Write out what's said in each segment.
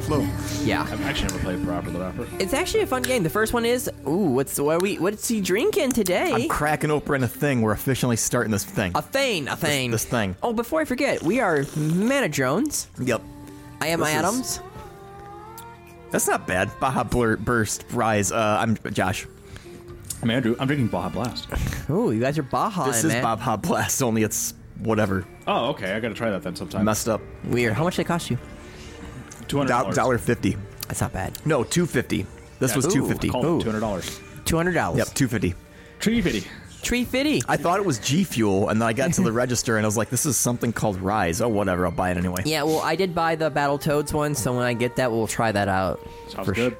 Flow. Yeah. I've actually never played Parappa the Rapper. It's actually a fun game. The first one is, ooh, what's what are we what's he drinking today? I'm cracking open a thing. We're officially starting this thing. a thing, a thing. this thing. Oh, before I forget, we are Mana Drones. Yep. I am This is- Adams. That's not bad. Baja Blur, Burst, Rise. Uh, I'm Josh. I'm Andrew. I'm drinking Baja Blast. Ooh, you guys are Baja. This is man. Bob Hop Blast, only it's whatever. Oh, okay. I gotta try that then sometime. Messed up. Weird. How much did it cost you? Two hundred Dol- Dollar fifty. That's not bad. No, two fifty. This was Ooh, two fifty. cool. Call it two hundred dollars. Two hundred dollars. Yep, two fifty. Tree fitty. Tree fitty. I thought it was G Fuel, and then I got to the register and I was like, "This is something called Rise." Oh, whatever. I'll buy it anyway. yeah, well, I did buy the Battletoads one, so when I get that, we'll try that out. Sounds For good.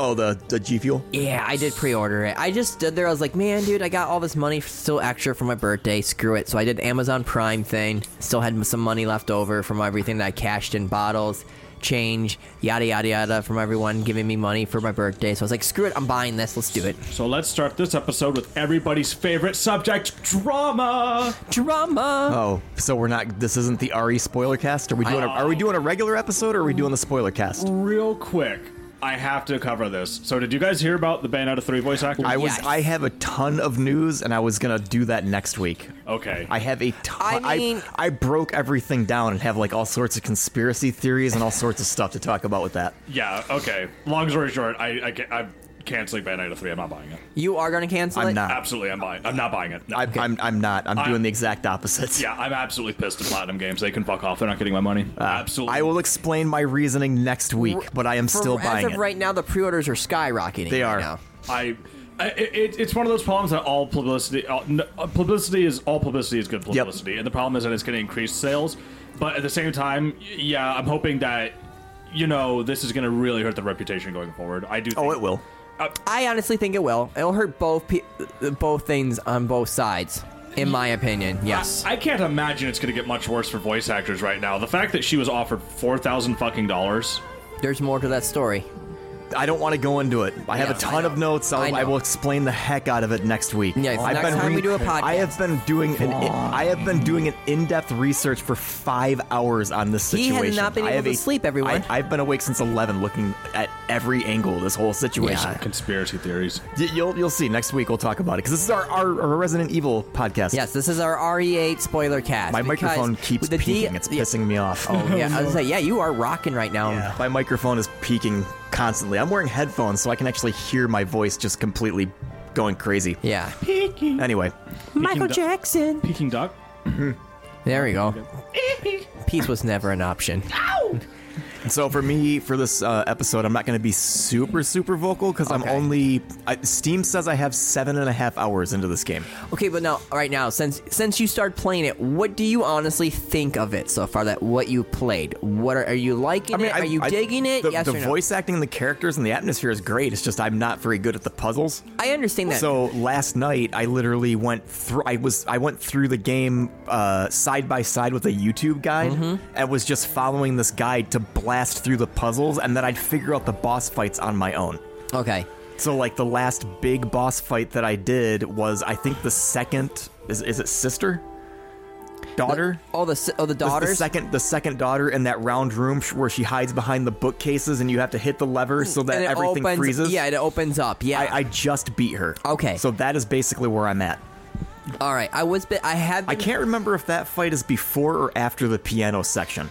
Oh, the the G Fuel. Yeah, I did pre-order it. I just stood there. I was like, man, dude, I got all this money still extra for my birthday. Screw it. So I did Amazon Prime thing. Still had some money left over from everything that I cashed in bottles, change, yada yada yada, from everyone giving me money for my birthday. So I was like, screw it. I'm buying this. Let's do it. So let's start this episode with everybody's favorite subject, drama. Drama. Oh, so we're not. This isn't the RE spoiler cast. Are we doing? a, Oh. are we doing a regular episode or are we doing the spoiler cast? Real quick, I have to cover this. So did you guys hear about the Bayonetta three voice actor? I was. Yes. I have a ton of news, and I was gonna do that next week. okay. I have a ton. I mean- I, broke everything down and have like all sorts of conspiracy theories and all sorts of stuff to talk about with that. yeah. Okay. Long story short, I, I can, I'm canceling Bayonetta three. I'm not buying it. You are gonna cancel I'm it. not. Absolutely, I'm buying. I'm not buying it. No. Ah. I, I'm, I'm not. I'm doing the exact opposite. yeah, I'm absolutely pissed at Platinum Games. They can fuck off. They're not getting my money. absolutely. Ah. I will explain my reasoning next week, but I am For- still as buying of it. right now, the pre-orders are skyrocketing. They right are. now. I. I- It, it's one of those problems that all publicity, all, no, publicity is all publicity is good publicity, and the problem is that it's going to increase sales. But at the same time, y- yeah, I'm hoping that you know this is going to really hurt the reputation going forward. I do. Oh, think- it will. I honestly think it will. It'll hurt both pe- both things on both sides, in my opinion. Yes. I can't imagine it's going to get much worse for voice actors right now. The fact that she was offered four thousand fucking dollars. There's more to that story. I don't want to go into it. I have Yeah, a ton I of notes. I'll, I know. I will explain the heck out of it next week. Yeah, it's next time we do a podcast. I have been doing an in, I have been doing an in-depth research for five hours on this He situation. has not been I able have to sleep, everyone. I, have been awake since eleven, looking at every angle of this whole situation. Yeah. Conspiracy theories. Y- You'll you'll see next week. We'll talk about it because this is our, our our Resident Evil podcast. Yes, this is our RE8 spoiler cast. my because microphone keeps with the D- peaking. it's yeah, Oh, pissing me off. yeah, I was like, yeah, you are rocking right now. Yeah, My microphone is peaking constantly. I'm wearing headphones so I can actually hear my voice just completely going crazy. Yeah. Uh, Peeking. Anyway, Michael du- Jackson. Peeking duck. There we go. Peace was never an option. so for me for this uh, episode, I'm not going to be super super vocal because I'm Okay. only I, Steam says I have seven and a half hours into this game. Okay, but now, right now, since since you started playing it, what do you honestly think of it so far? That what you played, what are, are you liking? it? are you digging it? The, yes the or no? voice acting, and the characters, and the atmosphere is great. It's just I'm not very good at the puzzles. I understand that. So last night I literally went through. I was I went through the game uh, side by side with a YouTube guide Mm-hmm. and was just following this guide to blast through the puzzles, and then I'd figure out the boss fights on my own. okay. So like the last big boss fight that I did was I think the second is is it sister, daughter. Oh, the s- oh the The- daughters. The second, the second daughter in that round room sh- where she hides behind the bookcases, and you have to hit the lever so that and it everything opens, freezes. Yeah, it opens up. Yeah. I, I just beat her. Okay. So that is basically where I'm at. All right. I was. Bit, I have. I been- can't remember if that fight is before or after the piano section.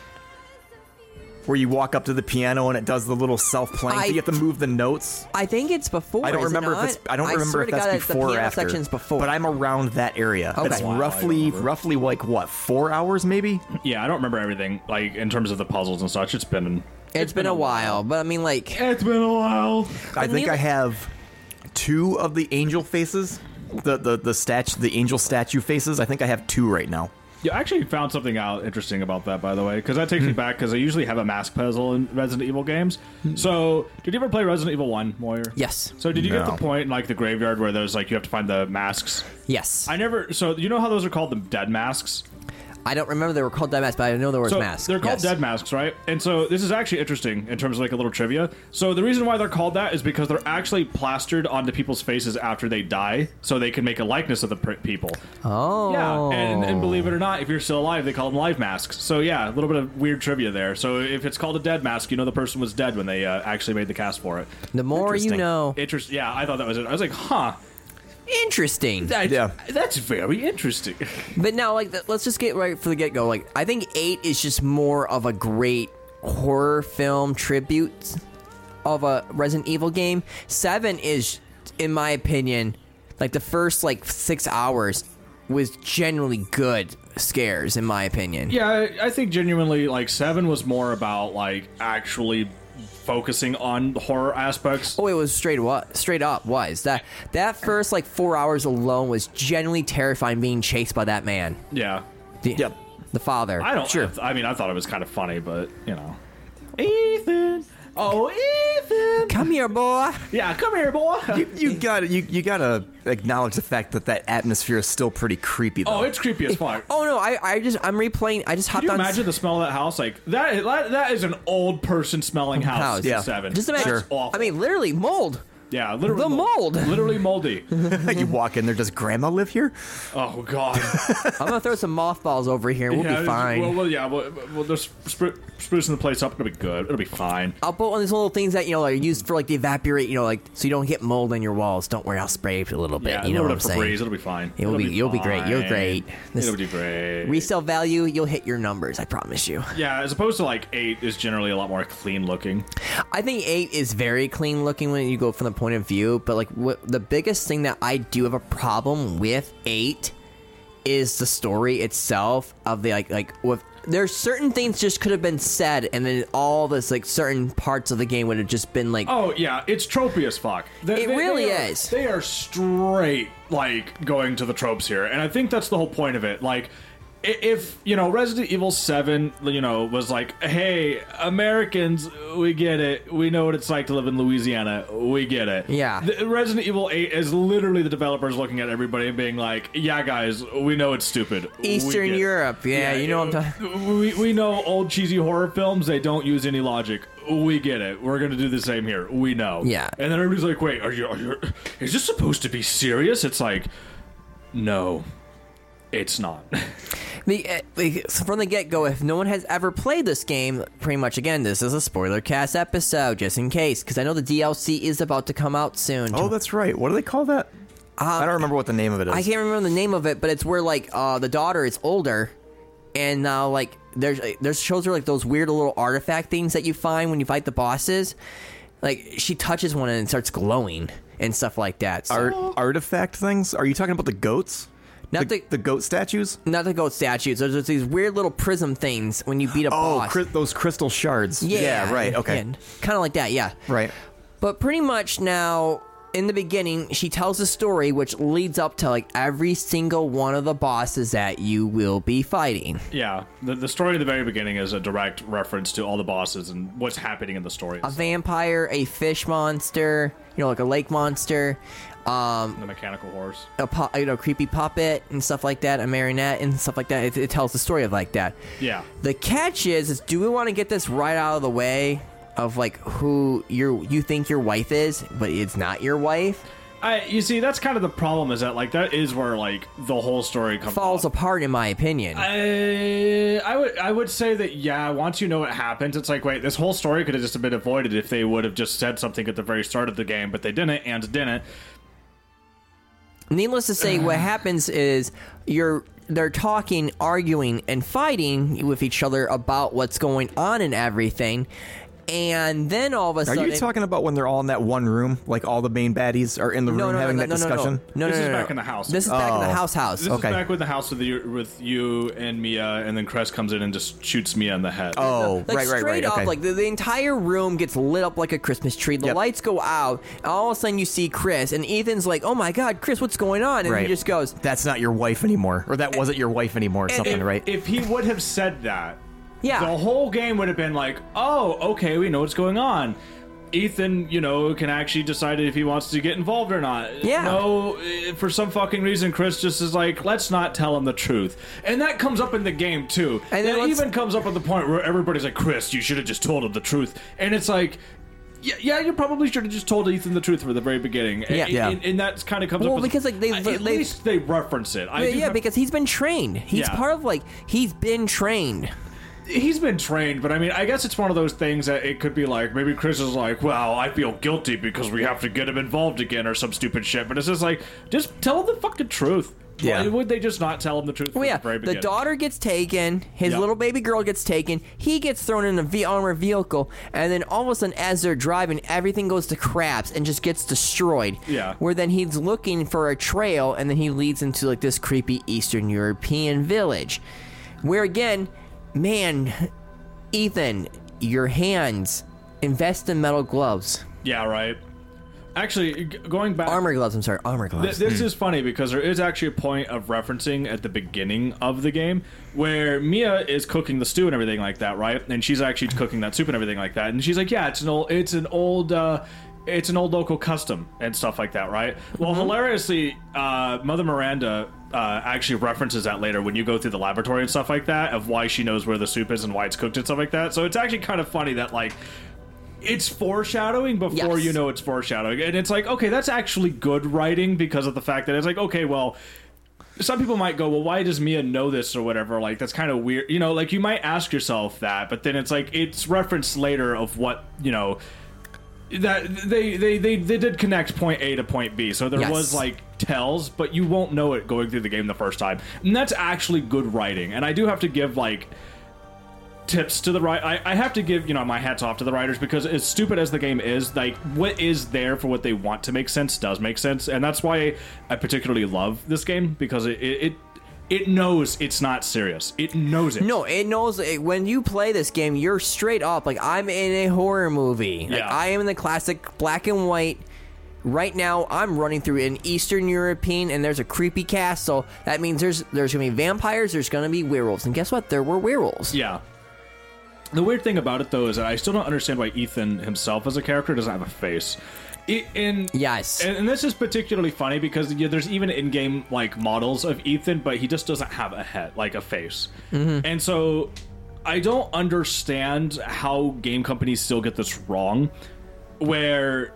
Where you walk up to the piano and it does the little self playing. I- You have to move the notes. I think it's before. I don't is it remember if not? it's. I don't remember swear if to that's God, it's before the or piano after. Section's before. But I'm around that area. Okay. It's Wow, I roughly, remember. roughly like what four hours maybe. Yeah, I don't remember everything like in terms of the puzzles and such. It's been it's been a while, but I mean, like, It's been a while. I think neither- I have two of the angel faces. The the the statue, the angel statue faces. I think I have two right now. Yeah, I actually found something out interesting about that, by the way, because that takes me back. Because I usually have a mask puzzle in Resident Evil games. So, did you ever play Resident Evil One, Moyer? Yes. So, did you get No. the point in like the graveyard where there's like you have to find the masks? yes, I never. So, you know how those are called the dead masks? I don't remember they were called dead masks, but I know there was So masks. They're called Yes. dead masks, right? And so this is actually interesting in terms of like a little trivia. So the reason why they're called that is because they're actually plastered onto people's faces after they die, so they can make a likeness of the pr- people. Oh, Yeah, and, and believe it or not, if you're still alive, they call them live masks. So yeah, a little bit of weird trivia there. So if it's called a dead mask, you know the person was dead when they uh, actually made the cast for it. the more you Interesting. know. Interest. Yeah, I thought that was it. I was like, huh. Interesting. That, Yeah. That's very interesting. But now, like, th- let's just get right for the get go. Like, I think eight is just more of a great horror film tribute of a Resident Evil game. Seven is, in my opinion, like the first like six hours was generally good scares, in my opinion. Yeah, I- I think genuinely, like seven was more about like actually focusing on the horror aspects. Oh, it was straight what straight up was that that first like four hours alone was genuinely terrifying being chased by that man. Yeah, The, Yep. The father. I don't. sure. I, mean, I thought it was kind of funny, but you know, Ethan. Oh, Ethan. Come here, boy. Yeah, come here, boy. You, you gotta you, you gotta acknowledge the fact that that atmosphere is still pretty creepy though. oh, it's creepy as fuck. Oh no, I, I just I'm replaying. I just hopped Can you on. imagine the smell of that house? Like that, that, that is an old person smelling house. House, in yeah. Seven. Just imagine. That's awful. I mean, literally mold. yeah, literally the mold. mold. Literally moldy. you walk in there. Does Grandma live here? Oh god. I'm gonna throw some mothballs over here. We'll yeah, be fine. Well, well yeah. Well, well they're spru- sprucing the place up. It'll be good. It'll be fine. I'll put one of these little things that you know are used for like to evaporate. You know, like so you don't get mold on your walls. Don't worry, I'll spray it a little bit. Yeah, you a know little what bit I'm of saying? Febreze, It'll be fine. It'll be- you'll be great, you're fine. great. This- It'll be great. Resale value, you'll hit your numbers. I promise you. yeah, as opposed to like eight is generally a lot more clean looking. I think eight is very clean looking when you go from the point of view, but like what the biggest thing that I do have a problem with eight is the story itself of the like like with there's certain things just could have been said and then all this like certain parts of the game would have just been like Oh yeah, it's tropey as fuck. They- It they- really they are- is. They are straight like going to the tropes here, and I think that's the whole point of it. Like, i- if you know Resident Evil Seven, you know, was like, hey, Americans, we get it. We know what it's like to live in Louisiana. We get it. Yeah. The- Resident Evil Eight is literally the developers looking at everybody and being like, yeah, guys, we know it's stupid. We Eastern get it." Europe. Yeah, you know what I'm talking. We we know old cheesy horror films. They don't use any logic. We get it. We're gonna do the same here. We know. Yeah. And then everybody's like, "Wait, are you? Are you? Is this supposed to be serious?" It's like, no, it's not. The, uh, the, so from the get go, if no one has ever played this game, pretty much again, this is a spoiler cast episode, just in case, because I know the DLC is about to come out soon. Oh, that's right. What do they call that? I don't remember what the name of it is. Uh, I can't remember the name of it, but it's where like uh, the daughter is older, and now like there's there's shows her like those weird little artifact things that you find when you fight the bosses. Like she touches one and it starts glowing and stuff like that. So, Art, artifact things? Are you talking about the goats? Not the, the- the goat statues. not the goat statues. There's just these weird little prism things when you beat a Oh, boss. cri- those crystal shards. yeah, right. Okay. kind of like that. Yeah, Right. But pretty much now, in the beginning, she tells a story which leads up to like every single one of the bosses that you will be fighting. yeah. The, the story at the very beginning is a direct reference to all the bosses and what's happening in the story. a vampire, a fish monster, you know, like a lake monster, um, the mechanical horse. a po- you know, creepy puppet and stuff like that, a marionette and stuff like that. It, it tells the story of like that. Yeah. The catch is, is do we want to get this right out of the way of like who you you think your wife is, but it's not your wife, I you see that's kind of the problem is that like that is where like the whole story comes falls off. apart in my opinion. I, Uh, I would I would say that yeah. Once you know what happens, it's like wait, this whole story could have just been avoided if they would have just said something at the very start of the game, but they didn't and didn't. Needless to say, what happens is you're they're talking, arguing, and fighting with each other about what's going on and everything. And then all of a Are sudden, you talking about when they're all in that one room? Like all the main baddies are in the room having that discussion? No, no, no, This no, is no. back in the house. Oh. This is back in the house. House. This Okay. is back with the house with you, with you and Mia, and then Cress comes in and just shoots Mia in the head. Oh, Like right, right, straight right. up, okay. like the, the entire room gets lit up like a Christmas tree. The Yep. lights go out. And all of a sudden, you see Chris, and Ethan's like, "Oh my God, Chris, what's going on?" And Right. he just goes, That's not your wife anymore, or that wasn't your wife anymore, or something, if, right? If he would have said that, "Yeah." uh, the whole game would have been like, oh, okay, we know what's going on. Ethan, you know, can actually decide if he wants to get involved or not. Yeah. No, eh, for some fucking reason, Chris just is like, let's not tell him the truth, and that comes up in the game too. And then it let's- even comes up at the point where everybody's like, Chris, you should have just told him the truth, and it's like. Yeah, yeah, you probably should have just told Ethan the truth from the very beginning. Yeah. and, Yeah. and, and that kind of comes Well, up as- because, like, they- at they- least they reference it. I Yeah, do yeah, have- because he's been trained. He's Yeah. part of like he's been trained. he's been trained, but I mean, I guess it's one of those things that it could be like maybe Chris is like, "Well, I feel guilty because we have to get him involved again" or some stupid shit. But it's just like, just tell him the fucking truth. Yeah. Why would they just not tell him the truth? Well, from Oh, yeah, the, very the beginning? daughter gets taken. His Yeah. little baby girl gets taken. He gets thrown in a v- armored vehicle, and then all of a sudden, as they're driving, everything goes to craps and just gets destroyed. Yeah. Where then he's looking for a trail, and then he leads into like this creepy Eastern European village, where again, man, Ethan, your hands. Invest in metal gloves, Yeah, right. Actually, g- going back, armor gloves. I'm sorry, armor gloves. Th- this is funny because there is actually a point of referencing at the beginning of the game where Mia is cooking the stew and everything like that, right? And she's actually cooking that soup and everything like that. And she's like, "Yeah, it's an old, it's an old, uh, it's an old local custom and stuff like that, right?" Well, hilariously, uh, Mother Miranda. Uh, actually references that later when you go through the laboratory and stuff like that of why she knows where the soup is and why it's cooked and stuff like that so it's actually kind of funny that like it's foreshadowing before Yes. you know it's foreshadowing and it's like okay that's actually good writing because of the fact that it's like okay well some people might go well why does mia know this or whatever like that's kind of weird you know like you might ask yourself that but then it's like it's referenced later of what you know that they they they, they did connect point a to point b so there Yes. was like tells but you won't know it going through the game the first time and that's actually good writing and i do have to give like tips to the right. I, I have to give you know my hats off to the writers because as stupid as the game is, like what is there for what they want to make sense does make sense, and that's why I particularly love this game because it it it, it knows it's not serious. It knows it. No, it knows it, when you play this game, you're straight up like I'm in a horror movie. Like Yeah. I am in the classic black and white. Right now, I'm running through an Eastern European, and there's a creepy castle. That means there's there's gonna be vampires, there's gonna be werewolves, and guess what? There were werewolves. Yeah. The weird thing about it though is that I still don't understand why Ethan himself as a character doesn't have a face. It, in Yes. and, and this is particularly funny because yeah, there's even in-game like models of Ethan, but he just doesn't have a head, like a face. And so I don't understand how game companies still get this wrong, where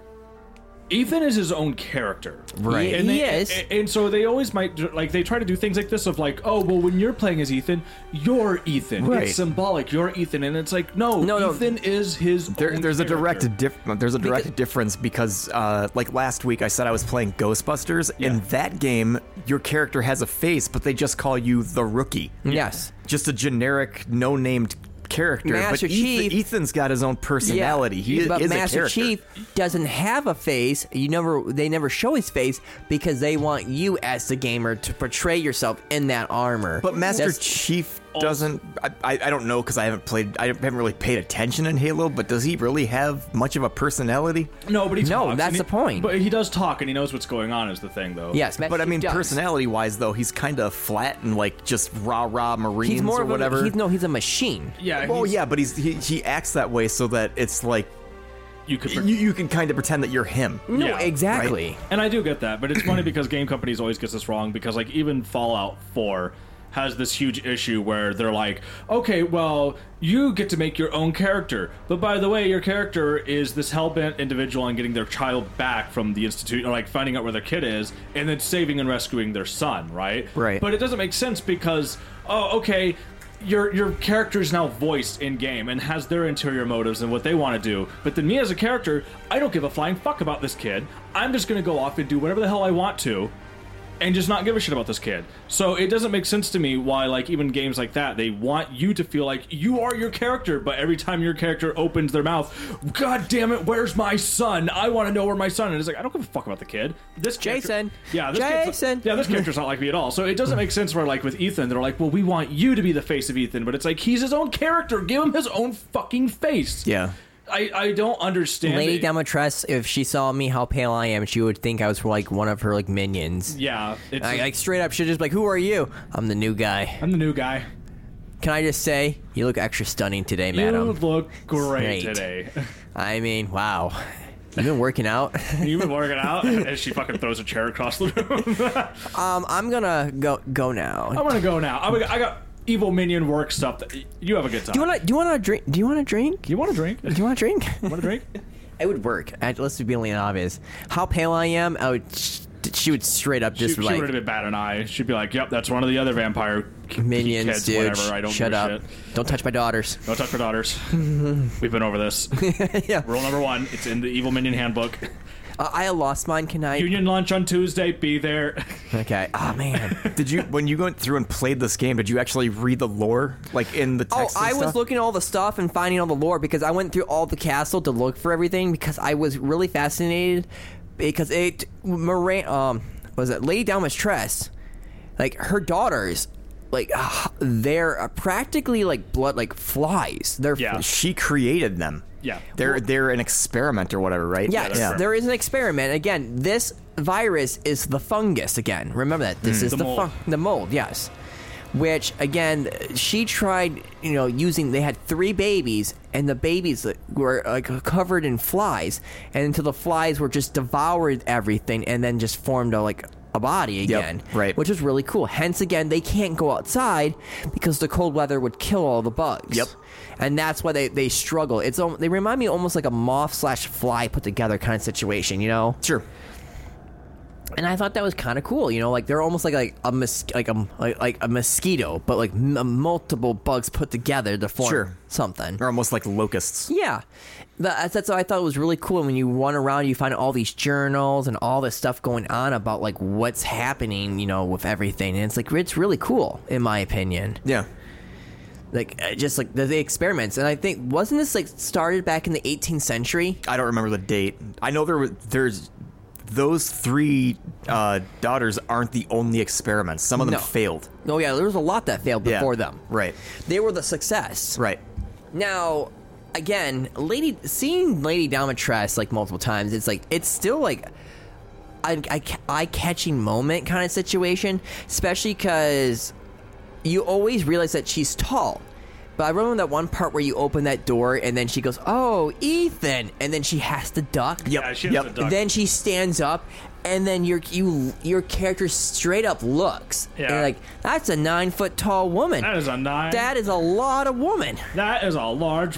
Ethan is his own character, Right. And they, He is. a- and so they always might like they try to do things like this of like, oh well, when you're playing as Ethan, you're Ethan. Right. It's symbolic. You're Ethan, and it's like no, No, no. Ethan is his. There, own there's a character. direct diff- there's a direct difference because uh, like last week I said I was playing Ghostbusters. In that game, your character has a face, but they just call you the rookie. Yes. Just a generic no-named character. Master but Ethan, Chief- Ethan's got his own personality. He is, but is a Master character. Chief doesn't have a face. You never they never show his face because they want you as the gamer to portray yourself in that armor. But Master That's- Chief doesn't. I, I, I don't know because I haven't played. I haven't really paid attention in Halo. But does he really have much of a personality? No, but he No, talks, and that's he- the point. But he does talk, and he knows what's going on. Is the thing though? yes, Master But I Chief mean, does. personality-wise, though, he's kind of flat and like just rah rah Marines He's more or of whatever. A, he's no, he's a machine. Yeah. well, he's- yeah, but he's he, he acts that way so that it's like You could. you, you can kind of pretend that you're him. No, Yeah, exactly. And I do get that, but it's funny because game companies always get this wrong because like even Fallout 4 has this huge issue where they're like, okay, well, you get to make your own character, but by the way, your character is this hellbent individual on getting their child back from the institute, or like finding out where their kid is, and then saving and rescuing their son, right? Right. But it doesn't make sense because, oh, okay. Your, your character is now voiced in game and has their interior motives and what they want to do. But then me as a character, I don't give a flying fuck about this kid. I'm just gonna go off and do whatever the hell I want to, and just not give a shit about this kid. So it doesn't make sense to me why, like, even games like that, they want you to feel like you are your character, but every time your character opens their mouth, God damn it, where's my son? I want to know where my son is. And it's like, I don't give a fuck about the kid. This character- Jason. Yeah, this kid's- Jason. Yeah, this character's not like me at all. So it doesn't make sense where, like, with Ethan, they're like, well, we want you to be the face of Ethan, but it's like, he's his own character. Give him his own fucking face. Yeah. I, I don't understand. Lady it. Demetress, if she saw me how pale I am, she would think I was like one of her like minions. Yeah. It's Like, like straight up, she'd just be like, "Who are you?" I'm the new guy. I'm the new guy. Can I just say, you look extra stunning today, madam. You look great, Great. today. I mean, wow. You've been working out. You've been working out, and she fucking throws a chair across the room. um, I'm gonna go go now. I'm gonna go now. I'm gonna, I got evil minion work stuff. That, you have a good time. Do you wanna do you wanna drink? Do you wanna drink? Do you want a drink? you wanna drink? Want a drink? I would work. I, let's be blatantly obvious. How pale I am, I would. sh- She would straight up She, just she like would have been bad an eye. She'd be like, "Yep, that's one of the other vampire k- minions, kids, dude. Whatever. I don't shut give a up. Shit. Don't touch my daughters. No touch for daughters. We've been over this. yeah. Rule number one: It's in the evil minion handbook. Uh, I lost mine. Can I? Union lunch on Tuesday. Be there. Okay. Oh man. Did you when you went through and played this game? Did you actually read the lore, like in the Oh, text? and I was stuff? looking at all the stuff and finding all the lore because I went through all the castle to look for everything because I was really fascinated because it Moran um was it Lady Dalmas Tress like her daughters like they're uh, practically like blood like flies they're Yeah. She created them. Yeah. they're they're an experiment or whatever, right? Yes, Yeah. there is an experiment. Again, this virus is the fungus. Again, remember that this is Hmm. the The mold. fun- the mold. Yes, which again, she tried. You know, using they had three babies, and the babies were like covered in flies, and until the flies were just devoured everything, and then just formed a like a body again, right. Which is really cool. Hence, again, they can't go outside because the cold weather would kill all the bugs. Yep. And that's why they, they struggle. It's al- they remind me almost like a moth slash fly put together kind of situation, you know. Sure. And I thought that was kind of cool, you know, like they're almost like like a mos- like a like, like a mosquito, but like m- multiple bugs put together to form Sure. something. They're almost like locusts. Yeah, that's, that's what I thought was really cool. And when you run around, you find all these journals and all this stuff going on about like what's happening, you know, with everything. And it's like it's really cool, in my opinion Yeah. like uh, just like the, the experiments and i think wasn't this like started back in the 18th century I don't remember the date. I know there were there's those three uh, daughters aren't the only experiments. Some of them No. failed. oh yeah there was a lot that failed Yeah. before them Right. they were the success Right. now again lady seeing lady Dalmatress like multiple times it's like it's still like eye eye catching moment kind of situation especially because you always realize that she's tall but I remember that one part where you open that door and then she goes, "Oh, Ethan," and then she has to duck. Yep. Yeah, she has yep. a duck. Then she stands up, and then your you your character straight up looks. Yeah. And you're like, that's a nine foot tall woman. That is a nine. That is a lot of woman. that is a large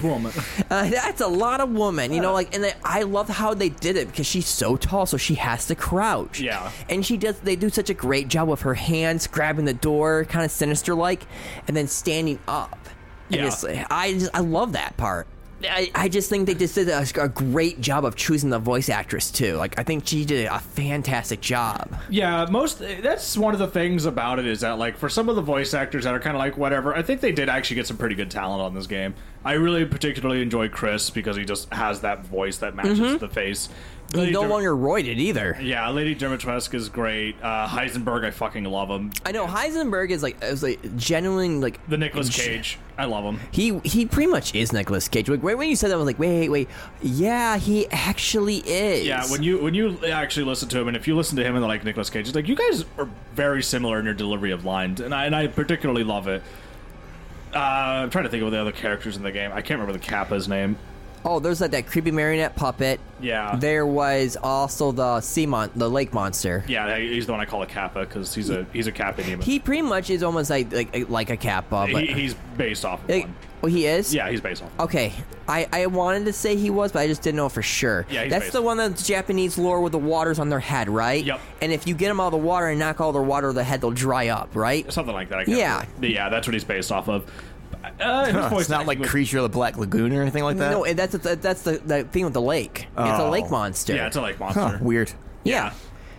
woman. Uh, that's a lot of woman. You know, like, and then I love how they did it because she's so tall, so she has to crouch. Yeah. And she does. They do such a great job with her hands grabbing the door, kind of sinister like, and then standing up. And Yeah. it's- I just, I love that part. I, I just think they just did a, a great job of choosing the voice actress too. Like I think she did a fantastic job. Yeah, most that's one of the things about it is that like for some of the voice actors that are kind of like whatever, I think they did actually get some pretty good talent on this game. I really particularly enjoy Chris because he just has that voice that matches Mm-hmm. the face. He's Lady no Dim- longer roided either. Yeah, Lady Dimitrescu is great. Uh, Heisenberg, I fucking love him. I know Heisenberg is like is like genuinely like The Nicolas Cage, I love him. He he pretty much is Nicolas Cage. Like right when you said that, I was like, wait, wait, yeah, he actually is. Yeah, when you when you actually listen to him, and if you listen to him and like Nicolas Cage, it's like you guys are very similar in your delivery of lines, and I and I particularly love it. Uh, I'm trying to think of the other characters in the game. I can't remember the Kappa's name. oh, there's like that creepy marionette puppet. Yeah. There was also the sea mon- the lake monster. Yeah, he's the one I call a Kappa because he's a he's a Kappa demon. He pretty much is almost like like like a kappa, but He- he's based off. Of like, one. oh, he is. Yeah, he's based off. of Okay, I, I wanted to say he was, but I just didn't know for sure. Yeah, he's that's based. the one that's Japanese lore with the waters on their head, right? Yep. And if you get them out of the water and knock all their water out of the head, they'll dry up, right? something like that. I can't Yeah. remember. yeah, that's what he's based off of. Uh, his voice It's not like acting was- Creature of the Black Lagoon or anything like that. No, and that's that- that's the, the thing with the lake. It's a Oh. lake monster. Yeah, it's a like Huh, monster. weird. Yeah. Yeah.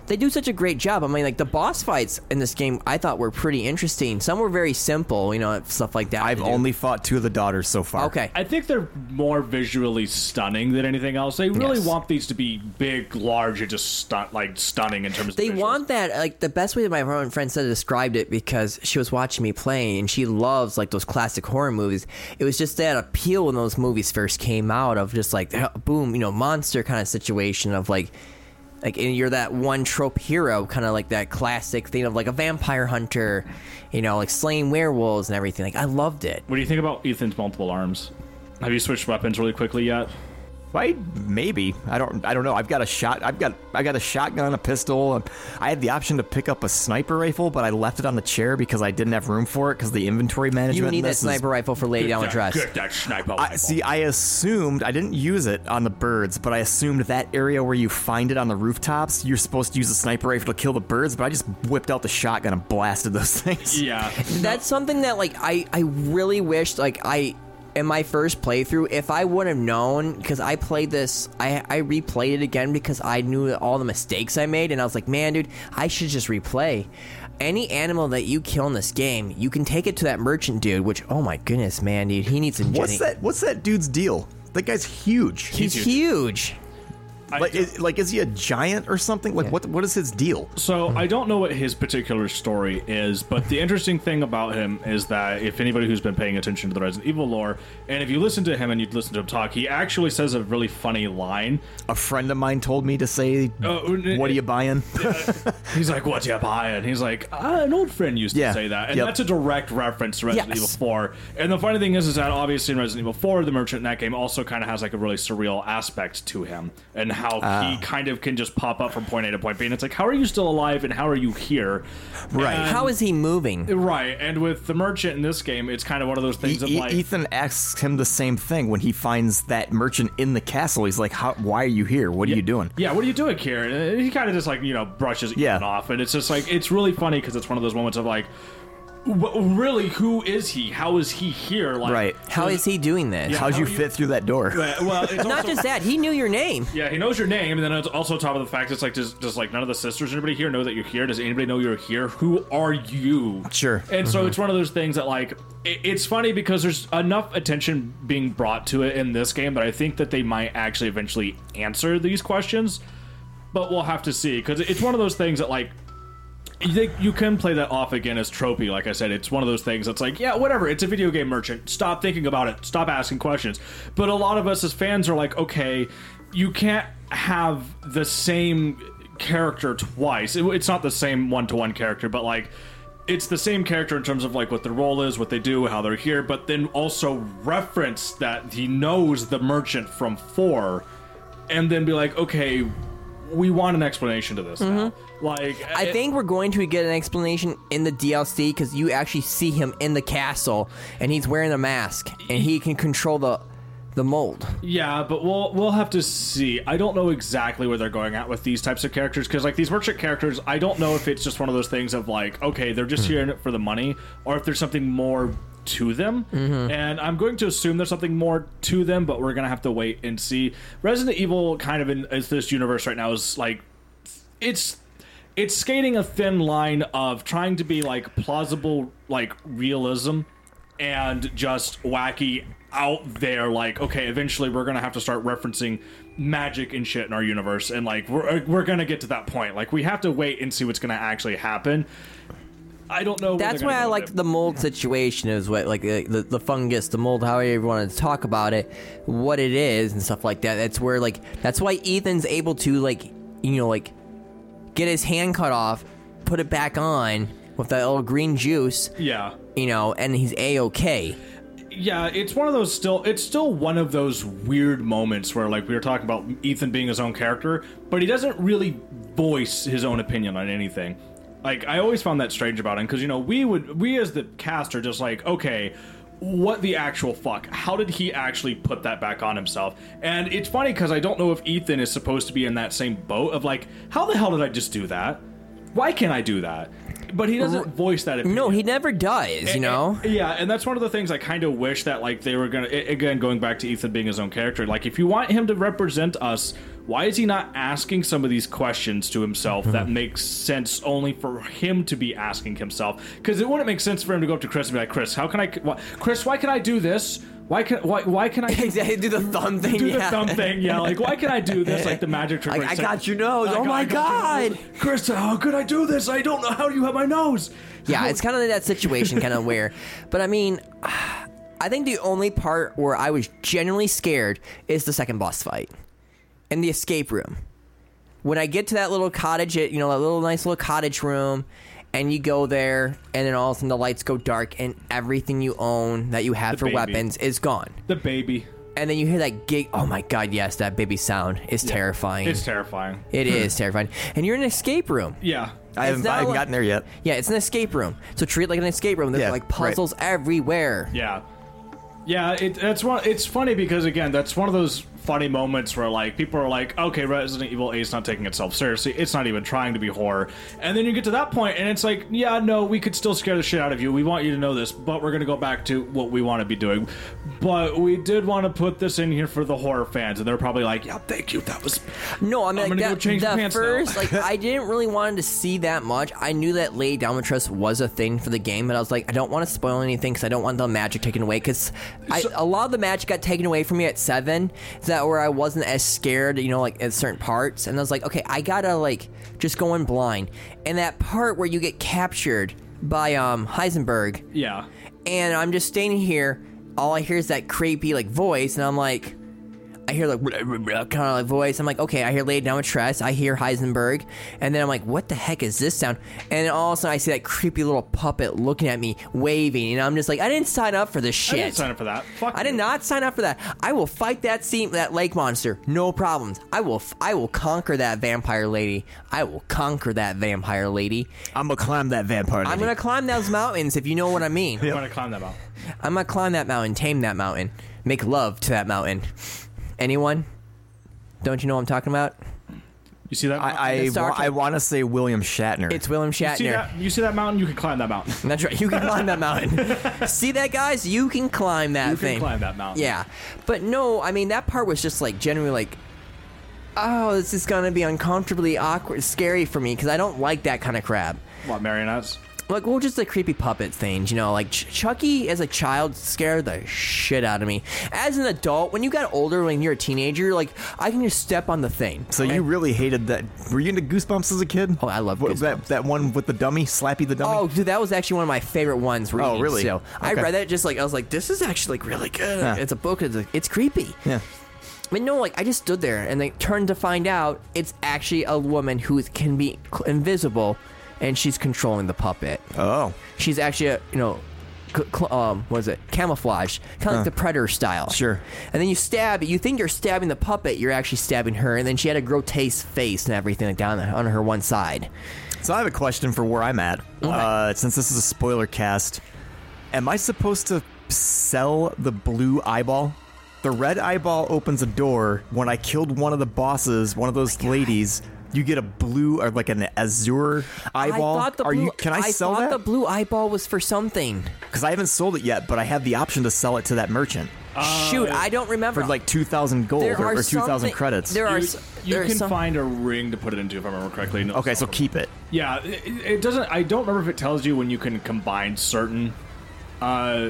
They do such a great job. I mean, like the boss fights in this game, I thought were pretty interesting. Some were very simple, you know, stuff like that. I've to do. only fought two of the daughters so far. okay. I think they're more visually stunning than anything else. They really Yes. want these to be big, large, and just stun- like stunning in terms of They visuals. want that like the best way that my own friend said described it because she was watching me play and she loves like those classic horror movies. It was just that appeal when those movies first came out of just like boom, you know, monster kind of situation of like Like and you're that one trope hero, kind of like that classic thing of like a vampire hunter, you know, like slaying werewolves and everything. Like I loved it. What do you think about Ethan's multiple arms? Have you switched weapons really quickly yet? Why? Maybe I don't. I don't know. I've got a shot. I've got. I got a shotgun, a pistol. I had the option to pick up a sniper rifle, but I left it on the chair because I didn't have room for it because the inventory management. You need in that this is- sniper rifle for Lady Down Dress. Get that sniper I, rifle. see, I assumed I didn't use it on the birds, but I assumed that area where you find it on the rooftops, you're supposed to use a sniper rifle to kill the birds. But I just whipped out the shotgun and blasted those things. Yeah. That's something that like I I really wish like I in my first playthrough if I would have known because I played this I I replayed it again because I knew all the mistakes I made and I was like man dude I should just replay. Any animal that you kill in this game, you can take it to that merchant dude. Which oh my goodness man dude he needs a Jenny. What's that? What's that dude's deal? That guy's huge. He's He's huge. I like, do- is, like, is he a giant or something? Like, what? What is his deal? So I don't know what his particular story is, but the interesting thing about him is that if anybody who's been paying attention to the Resident Evil lore, and if you listen to him and you listen to him talk, he actually says a really funny line. A friend of mine told me to say, Uh, "What are you buying?" He's like, "What you buying?" He's like, ah, "An old friend used Yeah. to say that," and Yep. that's a direct reference to Resident Yes. Evil Four. And the funny thing is, is that obviously in Resident Evil Four, the merchant in that game also kind of has like a really surreal aspect to him, and how Ah. he kind of can just pop up from point A to point B, and it's like, "How are you still alive?" and "How are you here?" Right. And- How is he moving? Um, Right, and with the merchant in this game, it's kind of one of those things of E- like, Ethan asks him the same thing when he finds that merchant in the castle. He's like, How, "Why are you here? What are you doing?" yeah, what are you doing here? And he kind of just like you know brushes Ethan Yeah. off, and it's just like it's really funny because it's one of those moments of like, w- really, who is he? How is he here? Like, Right. How is he doing this? Yeah. How'd How you are you- fit through that door? uh, well, it's Not also- just that, he knew your name. Yeah, he knows your name, and then it's also on top of the fact it's like does, does like none of the sisters anybody here know that you're here? Does anybody know you're here? Who are you? Sure. And so it's one of those things that like it, it's funny because there's enough attention being brought to it in this game that I think that they might actually eventually answer these questions, but we'll have to see because it's one of those things that like. You think you can play that off again as tropey? Like I said, it's one of those things that's like, yeah, whatever. It's a video game merchant. Stop thinking about it. Stop asking questions. But a lot of us as fans are like, okay, you can't have the same character twice. It- it's not the same one to one character, but like. It's the same character in terms of like what their role is, what they do, how they're here, but then also reference that he knows the merchant from four, and then be like, okay, we want an explanation to this. Now. Like, I it- think we're going to get an explanation in the DLC because you actually see him in the castle and he's wearing a mask and he can control the the mold. Yeah, but we'll we'll have to see. I don't know exactly where they're going at with these types of characters because like these merchant characters, I don't know if it's just one of those things of like, okay, they're just here in it for the money, or if there's something more to them. And I'm going to assume there's something more to them, but we're gonna have to wait and see. Resident Evil, kind of in as this universe right now, is like it's it's skating a thin line of trying to be like plausible like realism and just wacky out there like okay eventually we're gonna have to start referencing magic and shit in our universe and like we're, we're gonna get to that point like we have to wait and see what's gonna actually happen i don't know where That's they're why gonna I go with liked it. the mold situation is what like the, the the fungus, the mold, however you want to talk about it, what it is and stuff like that. That's where like that's why Ethan's able to like you know like get his hand cut off, put it back on with that little green juice, yeah you know, and he's a okay. yeah it's one of those still it's still one of those weird moments where like we were talking about ethan being his own character but he doesn't really voice his own opinion on anything like i always found that strange about him because you know we would we as the cast are just like okay what the actual fuck how did he actually put that back on himself and it's funny because i don't know if ethan is supposed to be in that same boat of like how the hell did i just do that why can't i do that but he doesn't voice that opinion. No, he never does, you know. And- yeah, and that's one of the things I kind of wish that like they were gonna a- again going back to Ethan being his own character. Like if you want him to represent us, why is he not asking some of these questions to himself that makes sense only for him to be asking himself? Because it wouldn't make sense for him to go up to Chris and be like, Chris, how can I, why, Chris, why can I do this? Why can why why can I do Exactly, do the thumb thing. do yeah. the thumb thing. Yeah, like why can I do this? Like the magic trick. I- where it's I like, got your nose. I Oh my I got your nose. Krista, how could I do this? I don't know how you have my nose. Yeah, it's kind of that situation, kind of where. But I mean, I think the only part where I was genuinely scared is the second boss fight in the escape room. when I get to that little cottage, it you know that little nice little cottage room, and you go there, and then all of a sudden the lights go dark, and everything you own that you have The for baby. weapons is gone. The baby. And then you hear that gig. Oh my god, yes, that baby sound is terrifying. It's terrifying. It is terrifying. And you're in an escape room. Yeah. I haven't, not I haven't like- gotten there yet. Yeah, it's an escape room. So treat it like an escape room. There's Yeah, like right. puzzles everywhere. Yeah, yeah. It, that's one. It's funny because again, that's one of those funny moments where like people are like, okay, Resident Evil 8 is not taking itself seriously. It's not even trying to be horror. And then you get to that point, and it's like, yeah, no, we could still scare the shit out of you. We want you to know this, but we're gonna go back to what we want to be doing. But we did want to put this in here for the horror fans, and they're probably like, yeah, thank you. That was No, I mean, like I'm gonna go that, change the my pants now. first, like, I didn't really want to see that much. I knew that Lady Dominatrix was a thing for the game, but I was like, I don't want to spoil anything because I don't want the magic taken away. Because a lot of the magic got taken away from me at seven, so that where I wasn't as scared, you know, like at certain parts. And I was like, okay, I gotta like just go in blind. And that part where you get captured by um Heisenberg, yeah. and I'm just standing here. All I hear is that creepy like voice, and I'm like, I hear like kind of like voice. I'm like, okay, I hear laid down with Tress. I hear Heisenberg, and then I'm like, what the heck is this sound? And then all of a sudden, I see that creepy little puppet looking at me, waving, and I'm just like, I didn't sign up for this I shit. didn't sign up for that. Fuck I did you. not sign up for that. I will fight that sea, that lake monster, no problems. I will, f- I will conquer that vampire lady. I will conquer that vampire lady. I'm gonna climb that vampire. I'm gonna climb those mountains if you know what I mean. I'm gonna climb that mountain. I'm gonna climb that mountain, tame that mountain, make love to that mountain. Anyone? Don't you know what I'm talking about? You see that? mountain? I I, It's dark. wa- I want to say William Shatner. It's Willem see Shatner. that? You see that mountain? You can climb that mountain. That's right. You can climb that mountain. See that, guys? You can climb that You thing. can climb that mountain. Yeah, but no, I mean that part was just like generally like, oh, this is gonna be uncomfortably awkward, scary for me because I don't like that kind of crap. What marionettes? like well just the creepy puppet things you know like Ch- chucky as a child scared the shit out of me as an adult when you got older when you're a teenager you're like i can just step on the thing so you really hated that. Were you into Goosebumps as a kid? Oh, I love What- that. That one with the dummy, Slappy the dummy. Oh, dude, that was actually one of my favorite ones. Reading, Oh, really? So I Okay. read that just like I was like, this is actually like really good. Huh. It's a book. It's, a, it's creepy. yeah. But no, like I just stood there and they turned to find out it's actually a woman who can be cl- invisible, and she's controlling the puppet. Oh, she's actually a, you know cl- cl- um what is it camouflage kind of like the predator style Sure. and then you stab you think you're stabbing the puppet you're actually stabbing her and then she had a grotesque face and everything like down on her one side so I have a question for where I'm at. Uh, since this is a spoiler cast, am I supposed to sell the blue eyeball? The red eyeball opens a door. When I killed one of the bosses, one of Oh those ladies, you get a blue or like an azure eyeball. I thought the Are blue, you? Can I, sell thought that? the blue eyeball was for something because I haven't sold it yet, but I have the option to sell it to that merchant shoot I don't remember for like two thousand gold Uh-huh. There or, are or two thousand something- credits. there are You, s- you there are can some- find a ring to put it into, if I remember correctly. No, okay, so no. keep it. yeah, it, it doesn't. I don't remember if it tells you when you can combine certain, uh,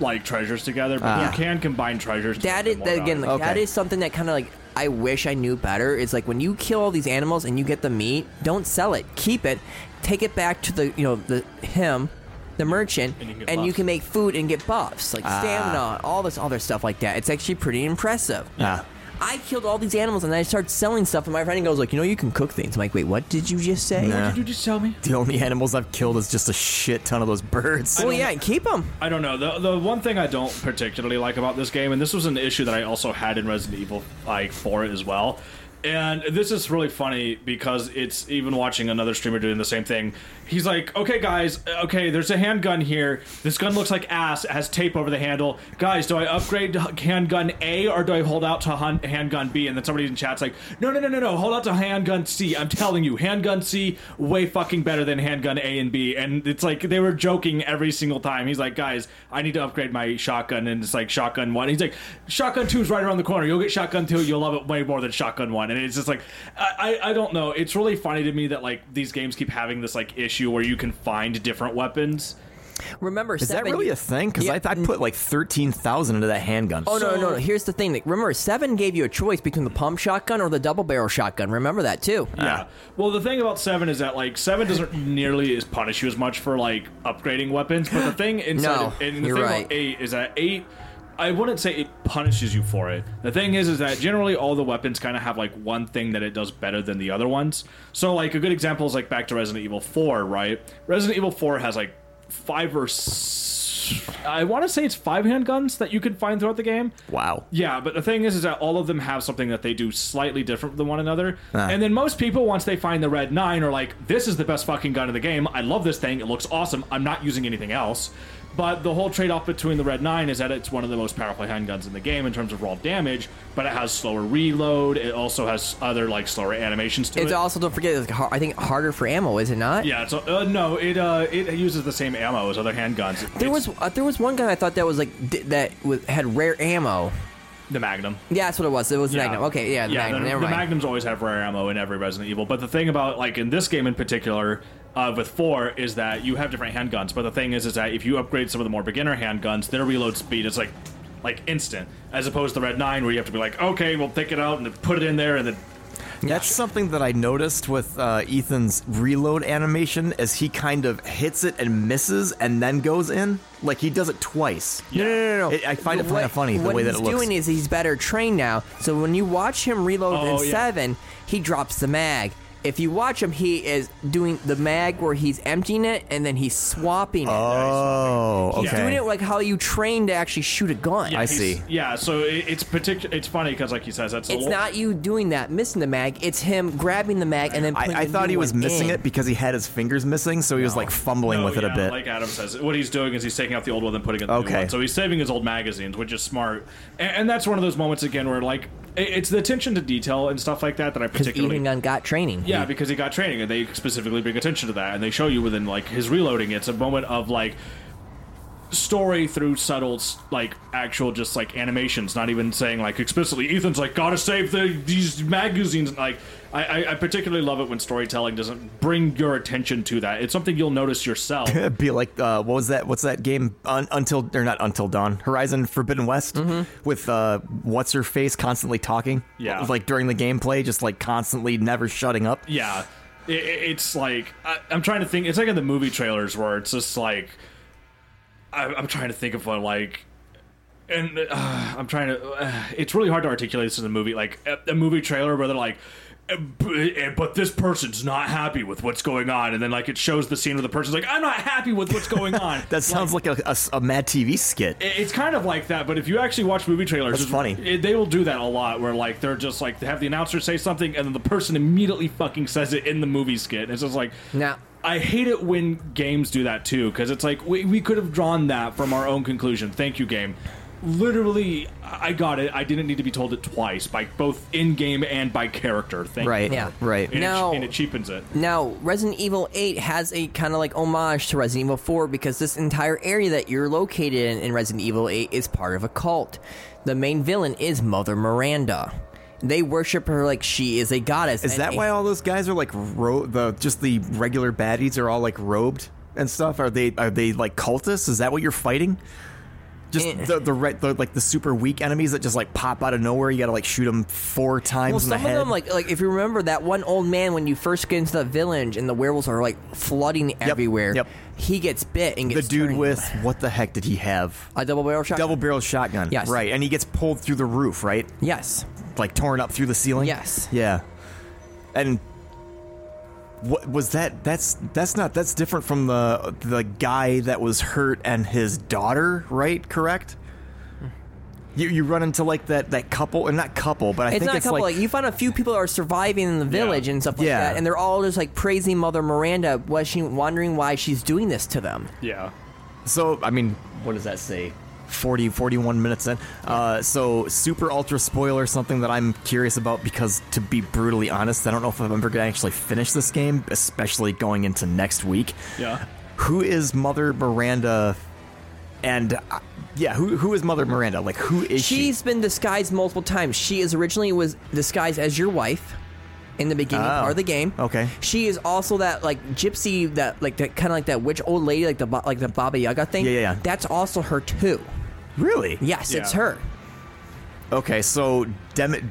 like treasures together, but Ah. you can combine treasures. to that make is more that again valuable. like that Okay. is something that kind of like I wish I knew better. It's like when you kill all these animals and you get the meat, don't sell it, keep it, take it back to the you know the him, the merchant, And you can and, you get buffs. can make food and get buffs Ah. like stamina, all this other stuff like that. It's actually pretty impressive. Ah. I killed all these animals and I started selling stuff, and my friend goes like, "You know, you can cook things." I'm like, "Wait, what did you just say?" Nah. Did you just tell me? The only animals I've killed is just a shit ton of those birds. Well, yeah, and keep them. I don't know. The, the one thing I don't particularly like about this game, and this was an issue that I also had in Resident Evil like for it as well. And this is really funny because it's even watching another streamer doing the same thing. He's like, "Okay, guys, okay, there's a handgun here. This gun looks like ass. It has tape over the handle. Guys, do I upgrade to h- handgun A or do I hold out to hun- handgun B?" And then somebody in chat's like, "No, no, no, no, no. Hold out to handgun C. I'm telling you, handgun C way fucking better than handgun A and B." And it's like they were joking every single time. He's like, "Guys, I need to upgrade my shotgun," and it's like shotgun one. He's like, "Shotgun two's right around the corner. You'll get shotgun two. You'll love it way more than shotgun one." And it's just like, I, I, I don't know. It's really funny to me that like these games keep having this like issue where you can find different weapons. Remember, Is that seven- really a thing? Because Yeah. I, I put like thirteen thousand into that handgun. Oh no, So- no, no! Here's the thing. like, Remember, Seven gave you a choice between the pump shotgun or the double barrel shotgun. Remember that too. Yeah. Well, the thing about seven is that like seven doesn't nearly as punish you as much for like upgrading weapons, but the thing inside No, of, and the you're thing right. about eight is that eight I wouldn't say it punishes you for it. The thing is, is that generally all the weapons kind of have like one thing that it does better than the other ones. So like a good example is like back to Resident Evil Four, right? Resident Evil Four has like five or s- I want to say it's five handguns that you can find throughout the game. Wow. Yeah, but the thing is, is that all of them have something that they do slightly different than one another. Ah. And then most people, once they find the red nine, are like, "This is the best fucking gun in the game. I love this thing. It looks awesome. I'm not using anything else." But the whole trade-off between the red nine is that it's one of the most powerful handguns in the game in terms of raw damage, but it has slower reload. It also has other like slower animations to It's it. also don't forget. It's har I think harder for ammo, is it not? yeah, so uh, no, it uh, it uses the same ammo as other handguns. There It's was uh, there was one gun I thought that was like d- that was, had rare ammo. the Magnum. Yeah, that's what it was. It was Magnum. Okay, yeah, the Magnum. The, Never the mind. Magnums always have rare ammo in every Resident Evil. But the thing about like in this game in particular, uh, with four, is that you have different handguns. But the thing is, is that if you upgrade some of the more beginner handguns, their reload speed is like like instant, as opposed to the Red Nine, where you have to be like, okay, we'll take it out and then put it in there, and then That's something that I noticed with uh, Ethan's reload animation, as he kind of hits it and misses, and then goes in. Like he does it twice. no, no, no, no. It- I find The it kind of funny the what way that he's it looks. doing is he's better trained now. So when you watch him reload Oh, in yeah. seven, he drops the mag. If you watch him, he is doing the mag where he's emptying it and then he's swapping it. oh, okay. he's doing it like how you train to actually shoot a gun. I he's- see. Yeah, so it, it's particular. It's funny because, like he says, that's a It's lo- not you doing that, missing the mag. It's him grabbing the mag and then. Putting I, I the thought new he was one missing in. it because he had his fingers missing, so he was like fumbling No, with it yeah, a bit. Like Adam says, what he's doing is he's taking out the old one and putting in the Okay. new one. So he's saving his old magazines, which is smart. And, and that's one of those moments again where like it- it's the attention to detail and stuff like that that I Because particularly. Eating Gun got training. yeah, because he got training, and they specifically bring attention to that, and they show you within like his reloading. It's a moment of like story through subtle s- like actual just like animations not even saying like explicitly ethan's like gotta save the these magazines like I, I i particularly love it when storytelling doesn't bring your attention to that it's something you'll notice yourself It'd be like uh, what was that? What's that game? Un- until or not until dawn? Horizon Forbidden West Mm-hmm. with uh, what's her face constantly talking. Yeah. like during the gameplay, just like constantly never shutting up. yeah I- I it's like I, i'm trying to think it's like in the movie trailers where it's just like I, i'm trying to think of one like and uh, i'm trying to uh, it's really hard to articulate this in the movie like a, a movie trailer where they're like "Uh, b- uh, but this person's not happy with what's going on and then like it shows the scene where the person's like i'm not happy with what's going on That sounds like a, a- a Mad TV skit. It- It's kind of like that, but if you actually watch movie trailers, That's it's- funny. it- they will do that a lot, where like they're just like they have the announcer say something, and then the person immediately fucking says it in the movie skit. It's just like, Now- I hate it when games do that too, because it's like we, we could have drawn that from our own conclusion. Thank you, game. Literally, I I got it. I didn't need to be told it twice by both in game and by character. Thank Right. You. Yeah. Right. And, Now- it, and it cheapens it. Now, Resident Evil 8 has a kind of like homage to Resident Evil 4 because this entire area that you're located in in Resident Evil 8 is part of a cult. The main villain is Mother Miranda. They worship her like she is a goddess. Is and that a- why all those guys are like ro- the just the regular baddies are all like robed and stuff? Are they are they like cultists? Is that what you're fighting? Eh. Just the the, right, the like the super weak enemies that just like pop out of nowhere. You got to like shoot them four times Well, in the some of head. them, like like if you remember that one old man when you first get into the village and the werewolves are like flooding everywhere. yep. He gets bit and the gets dude turned- with what the heck did he have? a double barrel shot. Double barrel shotgun. Yes. Right, and he gets pulled through the roof. Right, Yes. like torn up through the ceiling. Yes. Yeah, and what was that? That's that's not that's different from the the guy that was hurt and his daughter. Right? Correct. Hmm. You, you run into like that that couple and not couple, but I It's think not it's a couple. like, Like, you find a few people are surviving in the village and stuff like Yeah. that, and they're all just like praising Mother Miranda, was she wondering why she's doing this to them? Yeah. so. I mean, what does that say? 40 41 minutes in uh, so super ultra spoiler something that i'm curious about because to be brutally honest i don't know if i'm ever gonna actually finish this game especially going into next week Yeah. who is Mother Miranda? And uh, yeah, who who is Mother Miranda? Like, who is she? She's been disguised multiple times. She is originally was disguised as your wife in the beginning Oh, part of the game. okay. She is also that like gypsy that like that kind of like that witch old lady like the ba- like the Baba Yaga thing. Yeah, yeah, yeah. That's also her too. Really? Yes, it's Yeah. her. Okay, so Demi-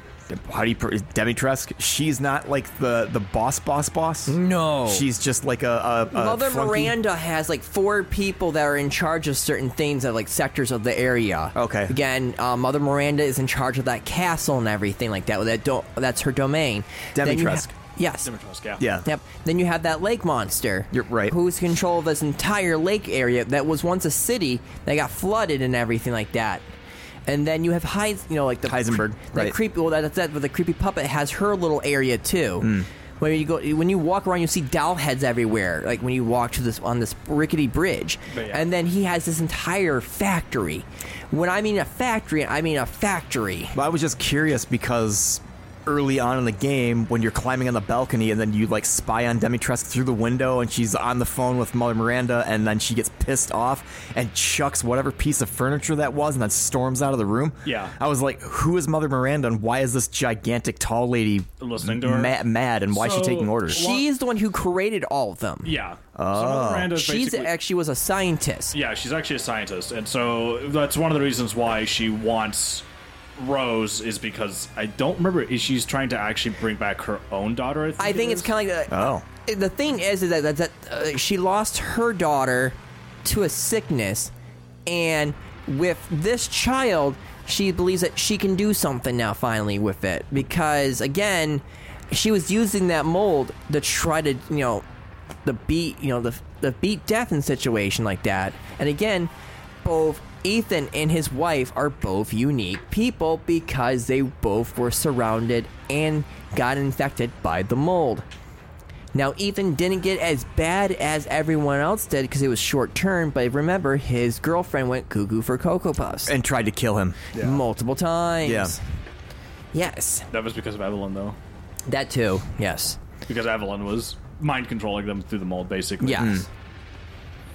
how do you pr- Demetresk? She's not like the the boss boss boss. No. she's uh, just like a, a, a Mother flunky. Miranda has like four people that are in charge of certain things at like sectors of the area. Okay. Again, uh, Mother Miranda is in charge of that castle and everything like that. That don't that's her domain. Then you ha- Demetresk. yes. Dimitrescu, yeah. Yeah, Yep. Then you have that lake monster. You're right. Who's in control of this entire lake area that was once a city that got flooded and everything like that. And then you have Heis, you know, like the Heisenberg, the right. creepy. Well, that's that. But the creepy puppet has her little area too. Hmm. Where you go when you walk around, you see doll heads everywhere. Like when you walk to this on this rickety bridge, But yeah. and then he has this entire factory. When I mean a factory, I mean a factory. But I was just curious because early on in the game, when you're climbing on the balcony and then you like spy on Demetresk through the window and she's on the phone with Mother Miranda and then she gets pissed off and chucks whatever piece of furniture that was and then storms out of the room. Yeah. I was like, who is Mother Miranda and why is this gigantic tall lady Listening to her? ma- mad and why is she So- taking orders? She's the one who created all of them. Yeah. Oh. Miranda She's actually was a scientist. Yeah, she's actually a scientist, and so that's one of the reasons why she wants Rose is because I don't remember. Is she's trying to actually bring back her own daughter? I think, I think it it's is? kind of like uh, Oh. The thing is, is that, that, that uh, she lost her daughter to a sickness, and with this child, she believes that she can do something now finally with it because again, she was using that mold to try to you know the beat you know the the beat death in situation like that, and again, both. Ethan and his wife are both unique people because they both were surrounded and got infected by the mold. Now, Ethan didn't get as bad as everyone else did because it was short term, but remember, his girlfriend went cuckoo for Cocoa Puffs and tried to kill him. multiple times. Yeah. Yes. that was because of Evelyn, though, That too. Yes. because Evelyn was mind controlling them through the mold, Mm-hmm. basically. Yes.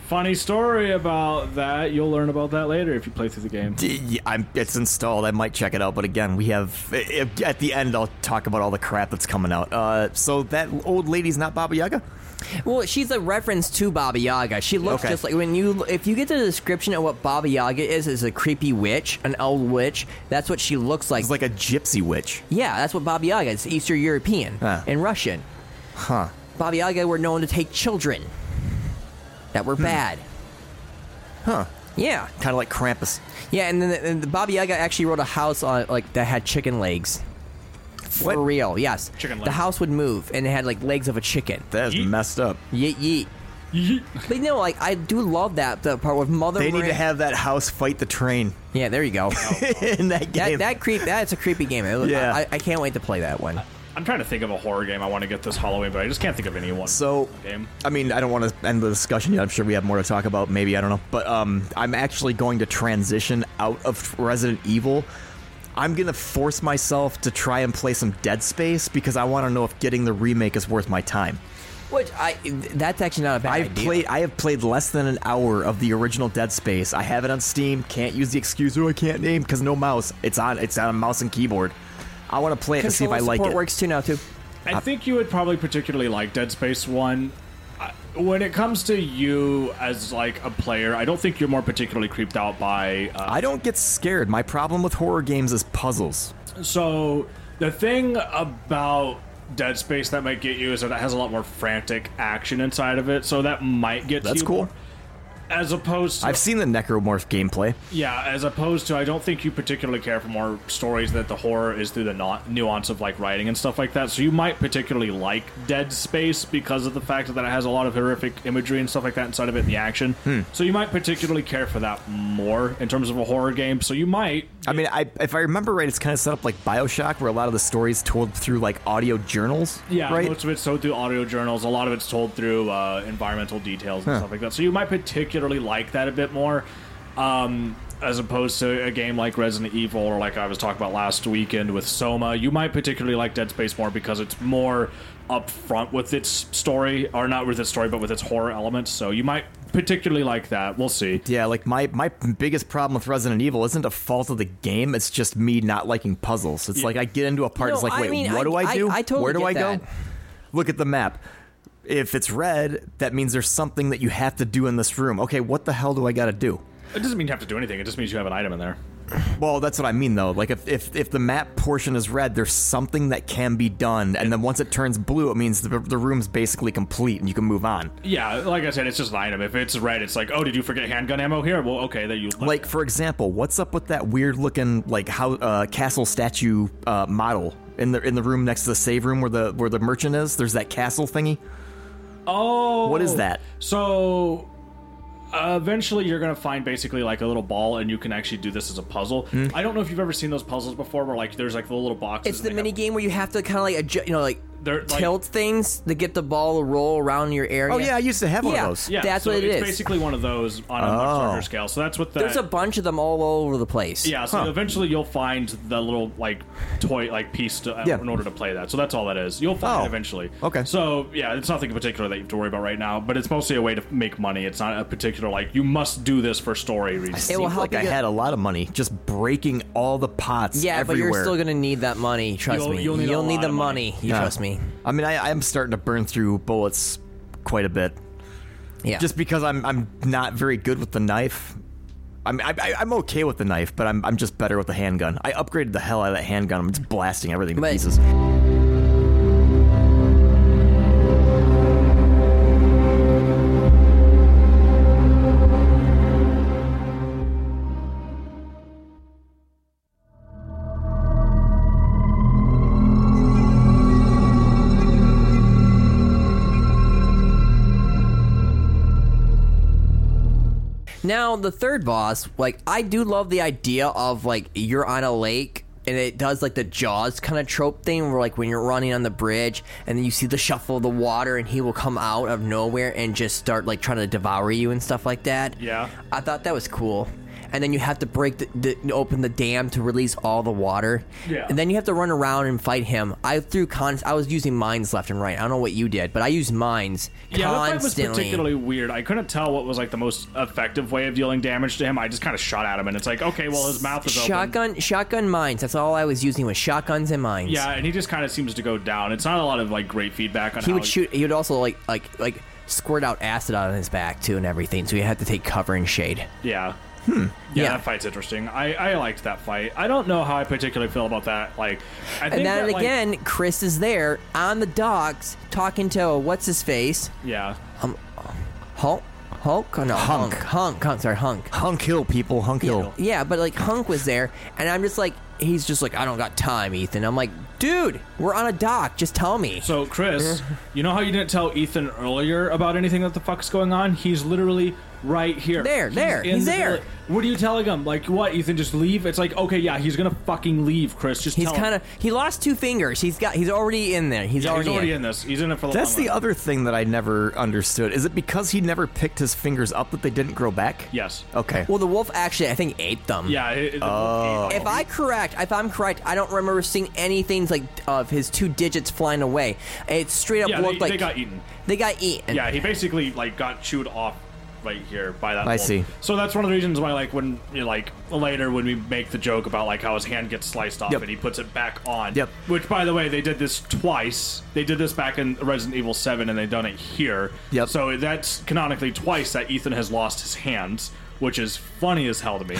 Funny story about that. You'll learn about that later if you play through the game. D- yeah, I'm, it's installed. I might check it out, but again, we have i- i- at the end. I'll talk about all the crap that's coming out. Uh, so that old lady's not Baba Yaga. Well, she's a reference to Baba Yaga. She looks Okay. just like when you if you get the description of what Baba Yaga is is a creepy witch, an old witch. That's what she looks like. It's like a gypsy witch. yeah, that's what Baba Yaga is. Eastern European Ah. and Russian. Huh. Baba Yaga were known to take children that were bad. Hmm. Huh. Yeah. Kind of like Krampus. Yeah, and then the, and the Baba Yaga actually wrote a house on like that had chicken legs. For What? real, yes. Chicken The legs. house would move, and it had like legs of a chicken. That is Yeet. messed up. Yeet yeet. But no, like I do love that the part with Mother. They need Miranda- to have that house fight the train Yeah, there you go. in that game. that that creep. That's a creepy game. It- Yeah. I, I can't wait to play that one. I'm trying to think of a horror game I want to get this Halloween, but I just can't think of any one. so, game. I mean, I don't want to end the discussion yet. I'm sure we have more to talk about. Maybe I don't know, but um, I'm actually going to transition out of Resident Evil. I'm gonna force myself to try and play some Dead Space because I want to know if getting the remake is worth my time. Which I that's actually not a bad I've idea. played. I have played less than an hour of the original Dead Space. I have it on Steam. Can't use the excuse. Oh, I can't name because no mouse. It's on. It's on a mouse and keyboard. I want to play it to see if I Controller like support it. works too now too. I think you would probably particularly like Dead Space One. I- When it comes to you as like a player, I don't think you're more particularly creeped out by. Uh, I don't get scared. My problem with horror games is puzzles. so the thing about Dead Space that might get you is that it has a lot more frantic action inside of it, so that might get to That's you cool. more. As opposed, to, I've seen the Necromorph gameplay. yeah, as opposed to, I don't think you particularly care for more stories that the horror is through the nu- nuance of like writing and stuff like that. So you might particularly like Dead Space because of the fact that it has a lot of horrific imagery and stuff like that inside of it in the action. So you might particularly care for that more in terms of a horror game. So you might I mean, I, if I remember right, it's kind of set up like Bioshock, where a lot of the stories told through like audio journals. Yeah, right. most of it's told through audio journals. A lot of it's told through uh, environmental details and stuff like that. So you might particularly like that a bit more, um, as opposed to a game like Resident Evil or like I was talking about last weekend with Soma. You might particularly like Dead Space more because it's more upfront with its story, or not with its story, but with its horror elements. So you might particularly like that. We'll see. yeah, like my my biggest problem with Resident Evil isn't a fault of the game; it's just me not liking puzzles. It's like I get into a part, No, it's like, I wait, mean, what I- do I I- do? I totally Where do get I go? that. Look at the map. If it's red, that means there's something that you have to do in this room. Okay, what the hell do I got to do? It doesn't mean you have to do anything. It just means you have an item in there. Well, that's what I mean though. Like if, if if the map portion is red, there's something that can be done, and then once it turns blue, it means the, the room's basically complete and you can move on. Yeah, like I said, it's just an item. If it's red, it's like, oh, did you forget handgun ammo here? Well, okay, there you Like for example, what's up with that weird looking like how uh, castle statue uh, model in the in the room next to the save room where the where the merchant is? There's that castle thingy. Oh, What is that? So uh, eventually, you're gonna find basically like a little ball, and you can actually do this as a puzzle. Hmm. I don't know if you've ever seen those puzzles before, where like there's like the little boxes. It's and the they mini have- game where you have to kind of like adjust, you know, like They're, like- tilt things to get the ball to roll around your area. Oh yeah, I used to have one Yeah. of those. Yeah, That's so what it it's is. Basically, one of those on a Oh. much larger scale. So that's what the There's a bunch of them all over the place. yeah. So Huh. eventually, you'll find the little like toy like piece to, uh, Yeah. in order to play that. So that's all that is. You'll find Oh. it eventually. Okay. So yeah, it's nothing in particular that you have to worry about right now. But it's mostly a way to make money. It's not a particular like you must do this for story reasons. It will Seemed help like you I get- had a lot of money, just breaking all the pots. Yeah, but everywhere. you're still gonna need that money. Trust You'll- me. you'll need a lot the of money. money. You Yeah. trust me. I mean, I, I'm starting to burn through bullets quite a bit, Yeah. just because I'm I'm not very good with the knife. I'm I, I- I'm okay with the knife, but I'm I'm just better with the handgun. I upgraded the hell out of that handgun. I'm just blasting everything to But- pieces. Now the third boss, like I do love the idea of like you're on a lake and it does like the Jaws kind of trope thing where like when you're running on the bridge and then you see the shuffle of the water and he will come out of nowhere and just start like trying to devour you and stuff like that. Yeah. I thought that was cool. And then you have to break the, the open the dam to release all the water. Yeah. And then you have to run around and fight him. I threw cons. I was using mines left and right. I don't know what you did, but I used mines Yeah, that fight was constantly. particularly weird. I couldn't tell what was like the most effective way of dealing damage to him. I just kind of shot at him, and it's like, okay, well, his mouth is open. shotgun shotgun mines that's all i was using was shotguns and mines Yeah, and he just kind of seems to go down. It's not a lot of like great feedback on he how would shoot he would also like like like squirt out acid out of his back too and everything so you had to take cover and shade Yeah. Hmm. Yeah, Yeah. that fight's interesting. I, I liked that fight. I don't know how I particularly feel about that. Like, I think and then that, like- again chris is there on the docks talking to what's his face yeah, hulk hulk oh, no Hunk. hunk hunk hunk sorry hunk Hunk hill, people, hunk hill. yeah but like hunk was there and i'm just like he's just like i don't got time ethan i'm like dude we're on a dock just tell me So, Chris, you know how you didn't tell Ethan earlier about anything that the fuck's going on? He's literally right here. There, there, in he's the there. villi- What are you telling him? Like, what, Ethan, just leave? It's like, okay, yeah, he's gonna fucking leave, Chris. Just he's tell him. kind of he lost two fingers he's got he's already in there he's Yeah, already, he's already in this. He's in it for the That's long the run. other thing that I never understood. Is it because he never picked his fingers up that they didn't grow back? Yes. Okay. Well, the wolf actually, I think, ate them. Yeah. It, it- the- If I correct, if I'm correct, I don't remember seeing anything like of his two digits flying away. It straight up yeah, looked they, like they got eaten. They got eaten. Yeah, he basically like got chewed off right here by that. I bolt. see. So that's one of the reasons why, like, when you know, like later when we make the joke about like how his hand gets sliced off Yep. and he puts it back on. Yep. Which, by the way, they did this twice. They did this back in Resident Evil Seven, and they've done it here. Yep. So that's canonically twice that Ethan has lost his hands, which is funny as hell to me.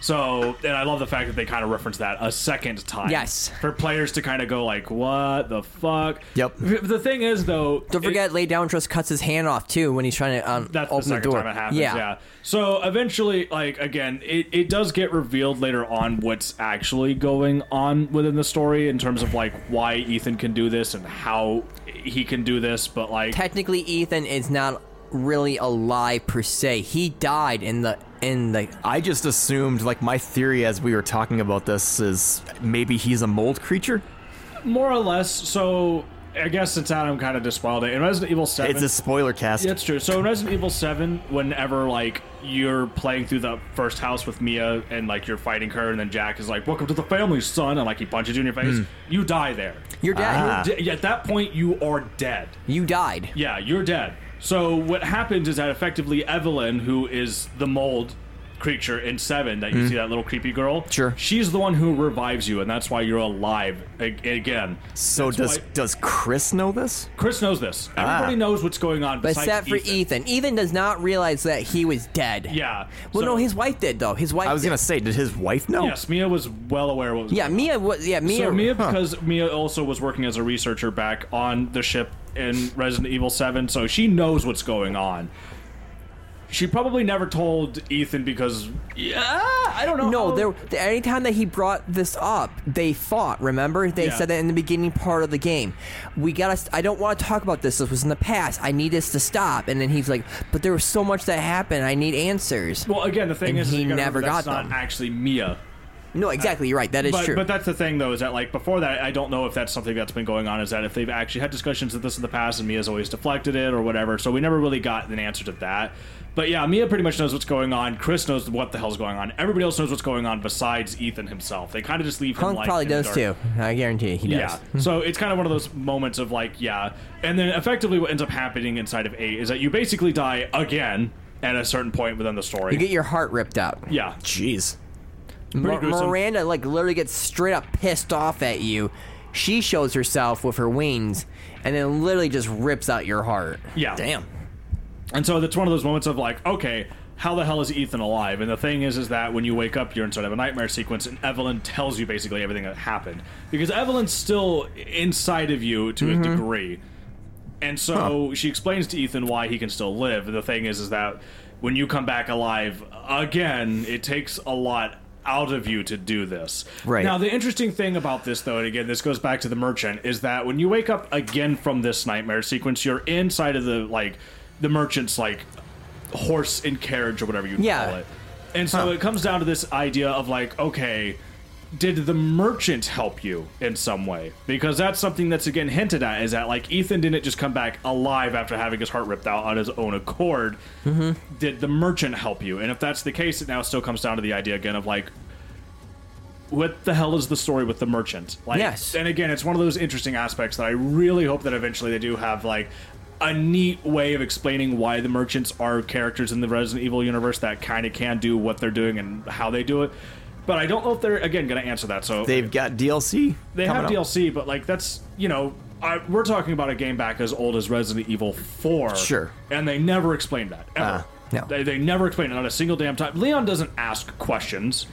So, and I love the fact that they kind of reference that a second time. Yes. For players to kind of go like, "What the fuck?" Yep. The thing is, though, Don't it- forget, lay down trust cuts his hand off too when he's trying to um, that's open the the, second door. time it happens. Yeah. yeah. So eventually, like again, it, it does get revealed later on what's actually going on within the story in terms of like why Ethan can do this and how he can do this. But like, Technically, Ethan is not really alive per se. He died in the in the. I just assumed, like, my theory as we were talking about this is maybe he's a mold creature. more or less. So I guess since Adam kind of despoiled it in Resident Evil Seven, It's a spoiler cast. That's true. So in Resident Evil Seven, whenever like you're playing through the first house with Mia and like you're fighting her, and then Jack is like, "Welcome to the family, son," and like he punches you in your face, you die there. You're dead. Ah. D- at that point, you are dead. You died. Yeah, you're dead. So what happens is that effectively Evelyn, who is the mold creature in Seven that you see that little creepy girl. Mm-hmm. Sure. She's the one who revives you, and that's why you're alive ag- again. So That's does why- does Chris know this? Chris knows this. Ah. Everybody knows what's going on. But besides except for Ethan. Ethan. Ethan does not realize that he was dead. Yeah. Well, so- no, his wife did though. His wife. I was did. gonna say, did his wife know? Yes, Mia was well aware what was. Yeah, Mia was. Yeah, Mia. So Mia, because Mia also was working as a researcher back on the ship in Resident Evil Seven, so she knows what's going on. She probably never told Ethan because yeah, Ah, I don't know. No, how- there. the- Anytime that he brought this up, they fought. Remember, they Yeah. said that in the beginning part of the game. We gotta. st- I don't want to talk about this. This was in the past. I need this to stop. And then he's like, "But there was so much that happened. I need answers." Well, again, the thing And is, is he you gotta remember never that's got not them. actually Mia. no, exactly. You're right. That is But, true. but that's the thing, though, is that like before that, I don't know if that's something that's been going on. Is that if they've actually had discussions of this in the past, and Mia's always deflected it or whatever. So we never really got an answer to that. But yeah, Mia pretty much knows what's going on. Chris knows what the hell's going on. Everybody else knows what's going on besides Ethan himself. They kind of just leave him. Punk like, probably in the does dark. too. I guarantee he does. Yeah. so it's kind of one of those moments of like, yeah. And then effectively, what ends up happening inside of eight is that you basically die again at a certain point within the story. You get your heart ripped out. yeah. Jeez. Mar- gruesome. Miranda like literally gets straight up pissed off at you. She shows herself with her wings, and then literally just rips out your heart. Yeah. Damn. And so that's one of those moments of like, okay, how the hell is Ethan alive? And the thing is, is that when you wake up, you're inside of a nightmare sequence, and Evelyn tells you basically everything that happened because Evelyn's still inside of you Mm-hmm. to a degree. And so she explains to Ethan why he can still live. And the thing is, is that when you come back alive again, it takes a lot out of you to do this. Right. Now, the interesting thing about this, though, and again, this goes back to the merchant, is that when you wake up again from this nightmare sequence, you're inside of the, like, the merchant's, like, horse and carriage or whatever you Yeah. call it. And so it comes down to this idea of, like, okay, did the merchant help you in some way? Because that's something that's again hinted at is that like Ethan didn't just come back alive after having his heart ripped out on his own accord. Mm-hmm. Did the merchant help you? And if that's the case, it now still comes down to the idea again of like, what the hell is the story with the merchant? Like, Yes. And again, it's one of those interesting aspects that I really hope that eventually they do have like a neat way of explaining why the merchants are characters in the Resident Evil universe that kind of can do what they're doing and how they do it. But I don't know if they're again going to answer that. So They've got DLC. they have coming up. DLC, but like that's you know I, we're talking about a game back as old as Resident Evil Four. Sure. and they never explained that ever. Uh, no. they, they never explained it not a single damn time. Leon doesn't ask questions.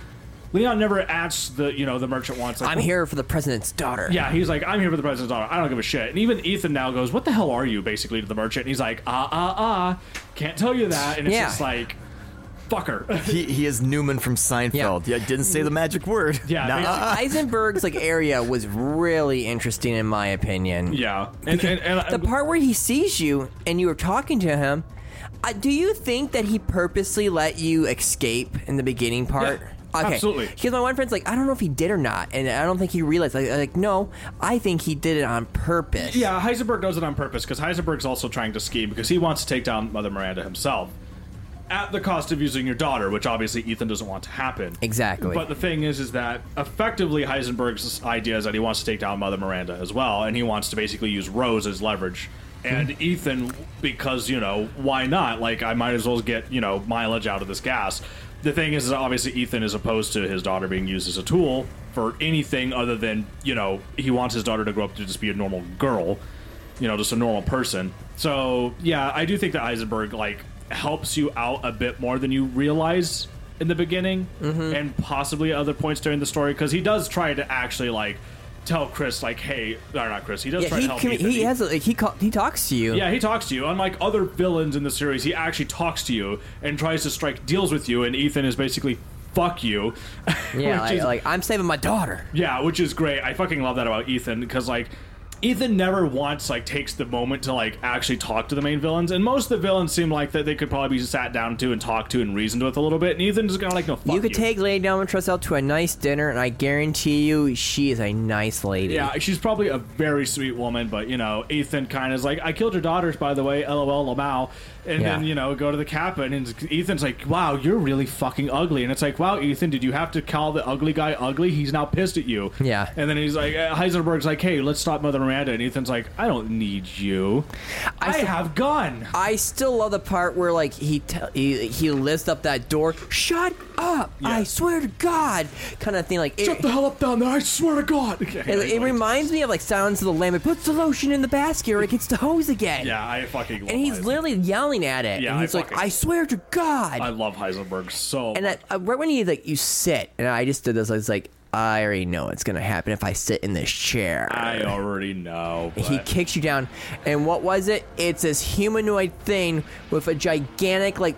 Leon never asks the you know the merchant wants. Like, I'm here for the president's daughter. Yeah, he's like, I'm here for the president's daughter. I don't give a shit. And even Ethan now goes, "What the hell are you?" Basically to the merchant, and he's like, "Ah ah ah, can't tell you that." And it's Yeah. just like, fucker. He, he is Newman from Seinfeld. Yeah. didn't say the magic word. Yeah, Nuh-uh. Eisenberg's like area was really interesting in my opinion. yeah, and and, and The part where he sees you and you were talking to him, I, do you think that he purposely let you escape in the beginning part? Yeah, okay. absolutely. Because my one friend's like, I don't know if he did or not, and I don't think he realized. Like, like no, I think he did it on purpose. Yeah, Heisenberg does it on purpose because Heisenberg's also trying to scheme because he wants to take down Mother Miranda himself at the cost of using your daughter, which obviously Ethan doesn't want to happen. Exactly. But the thing is, is that effectively Heisenberg's idea is that he wants to take down Mother Miranda as well, and he wants to basically use Rose as leverage. And Ethan, because you know why not? Like I might as well get you know mileage out of this gas. The thing is, is obviously Ethan is opposed to his daughter being used as a tool for anything other than you know he wants his daughter to grow up to just be a normal girl, you know, just a normal person. So yeah, I do think that Heisenberg like helps you out a bit more than you realize in the beginning, Mm-hmm. and possibly at other points during the story because he does try to actually like tell Chris like, hey, no, not Chris. He does Yeah, try he, to help. commu- Ethan. he has a, like, he call, he talks to you. Yeah, he talks to you. Unlike other villains in the series, he actually talks to you and tries to strike deals with you. And Ethan is basically fuck you. yeah. which Like, is- like, I'm saving my daughter. yeah, which is great. I fucking love that about Ethan because like. Ethan never once like takes the moment to like actually talk to the main villains, and most of the villains seem like that they could probably be sat down to and talked to and reasoned with a little bit. And Ethan just kind of like no, fuck you could take Lady Down and Trussell to a nice dinner, and I guarantee you, she is a nice lady. Yeah, she's probably a very sweet woman, but you know, Ethan kind of is like, "I killed your daughters, by the way." LOL, Lamau. And Yeah. then you know, go to the Kappa, and it's- Ethan's like, "Wow, you're really fucking ugly." And it's like, "Wow, Ethan, did you have to call the ugly guy ugly? He's now pissed at you." Yeah. And then he's like, uh, Heisenberg's like, "Hey, let's stop Mother Miranda, and Ethan's like, "I don't need you. I, still- have gun." I still love the part where like he te- he he lifts up that door. Shut up! I swear to God, kind of thing. Like it, Shut the hell up down there! I swear to God. Okay, it, like, it reminds me of like Silence of the Lamb. It puts the lotion in the basket or it gets the hose again. Yeah, I fucking. Love And he's Heisenberg. literally yelling at it. Yeah, and I he's like, fucking- "I swear to God!" I love Heisenberg so. and much. I, I- right when he like you sit, and I just did this. I was like, "I already know what's gonna happen if I sit in this chair." I already know. But He kicks you down, and what was it? It's this humanoid thing with a gigantic like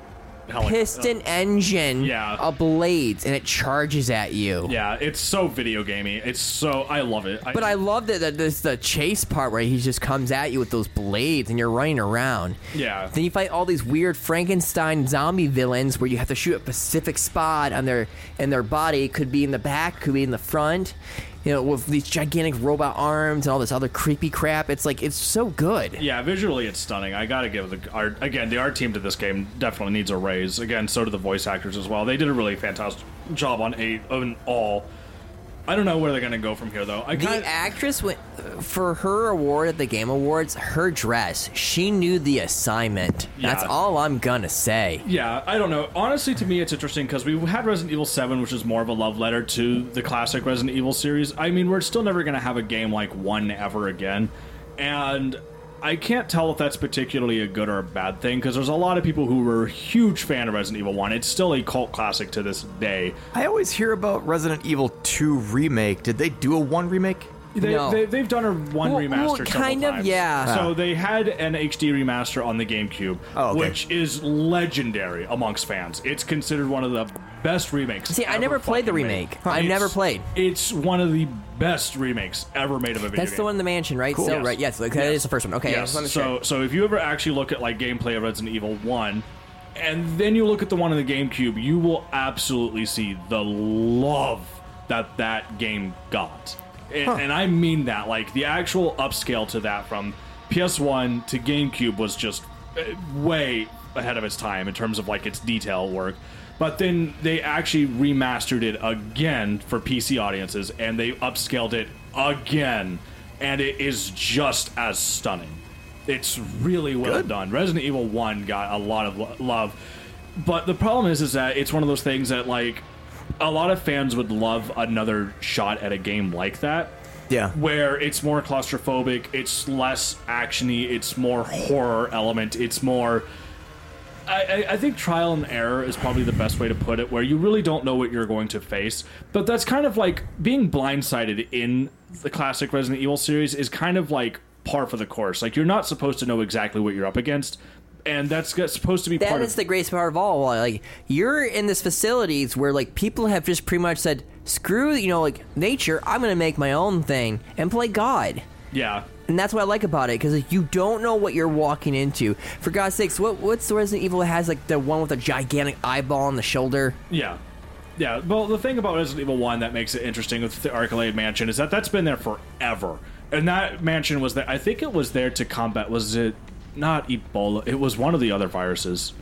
Helic- piston engine uh, Yeah. of blades, and it charges at you. yeah, it's so video gamey. It's so I love it. But I love that that there's the chase part where he just comes at you with those blades, and you're running around. Yeah. Then you fight all these weird Frankenstein zombie villains where you have to shoot a specific spot on their and their body could be in the back, could be in the front. You know, with these gigantic robot arms and all this other creepy crap. It's like it's so good. Yeah, visually it's stunning. I gotta give the art again. The art team to this game definitely needs a raise. Again, so do the voice actors as well. They did a really fantastic job on eight on all. I don't know where they're gonna go from here though. I The kind actress went for her award at the Game Awards. Her dress, she knew the assignment. That's Yeah. all I'm gonna say. yeah, I don't know. Honestly, to me, it's interesting because we had Resident Evil Seven, which is more of a love letter to the classic Resident Evil series. I mean, we're still never gonna have a game like one ever again, and. I can't tell if that's particularly a good or a bad thing because there's a lot of people who were a huge fan of Resident Evil 1. It's still a cult classic to this day. I always hear about Resident Evil 2 remake. Did they do a 1 remake? They, No. they, they've done a one Well, remaster well, several kind of, times. yeah. So they had an HD remaster on the GameCube, Oh, okay. which is legendary amongst fans. It's considered one of the best remakes. See, I ever never played the fucking remake. made. Huh. I've It's- never played. It's one of the best remakes ever made of a video That's game. the one in the mansion, right? Cool. So Yes. right, yes, like, that is the first one. Okay, I Yes. just wanna so so if you ever actually look at like gameplay of Resident Evil One, and then you look at the one on the GameCube, you will absolutely see the love that that game got, and, and I mean that. Like the actual upscale to that from PS1 to GameCube was just uh, way ahead of its time in terms of like its detail work. But then they actually remastered it again for PC audiences, and they upscaled it again, and it is just as stunning. It's really well done. Resident Evil One got a lot of lo- love, but the problem is, is that it's one of those things that like a lot of fans would love another shot at a game like that. Yeah. where it's more claustrophobic, it's less actiony, it's more horror element, it's more. I, I, I think trial and error is probably the best way to put it, where you really don't know what you're going to face. But that's kind of like being blindsided in the classic Resident Evil series is kind of like par for the course. Like you're not supposed to know exactly what you're up against, and that's got- supposed to be That part is of the greatest part of all. Like you're in this facilities where like people have just pretty much said, "Screw you know like nature. I'm gonna make my own thing and play God." yeah. And that's what I like about it because like, you don't know what you're walking into. For God's sakes, what what's the Resident Evil that has like the one with a gigantic eyeball on the shoulder? Yeah. Yeah, well, the thing about Resident Evil 1 that makes it interesting with the Arcalade Mansion is that that's been there forever. And that mansion was there, I think it was there to combat, was it not Ebola? It was one of the other viruses.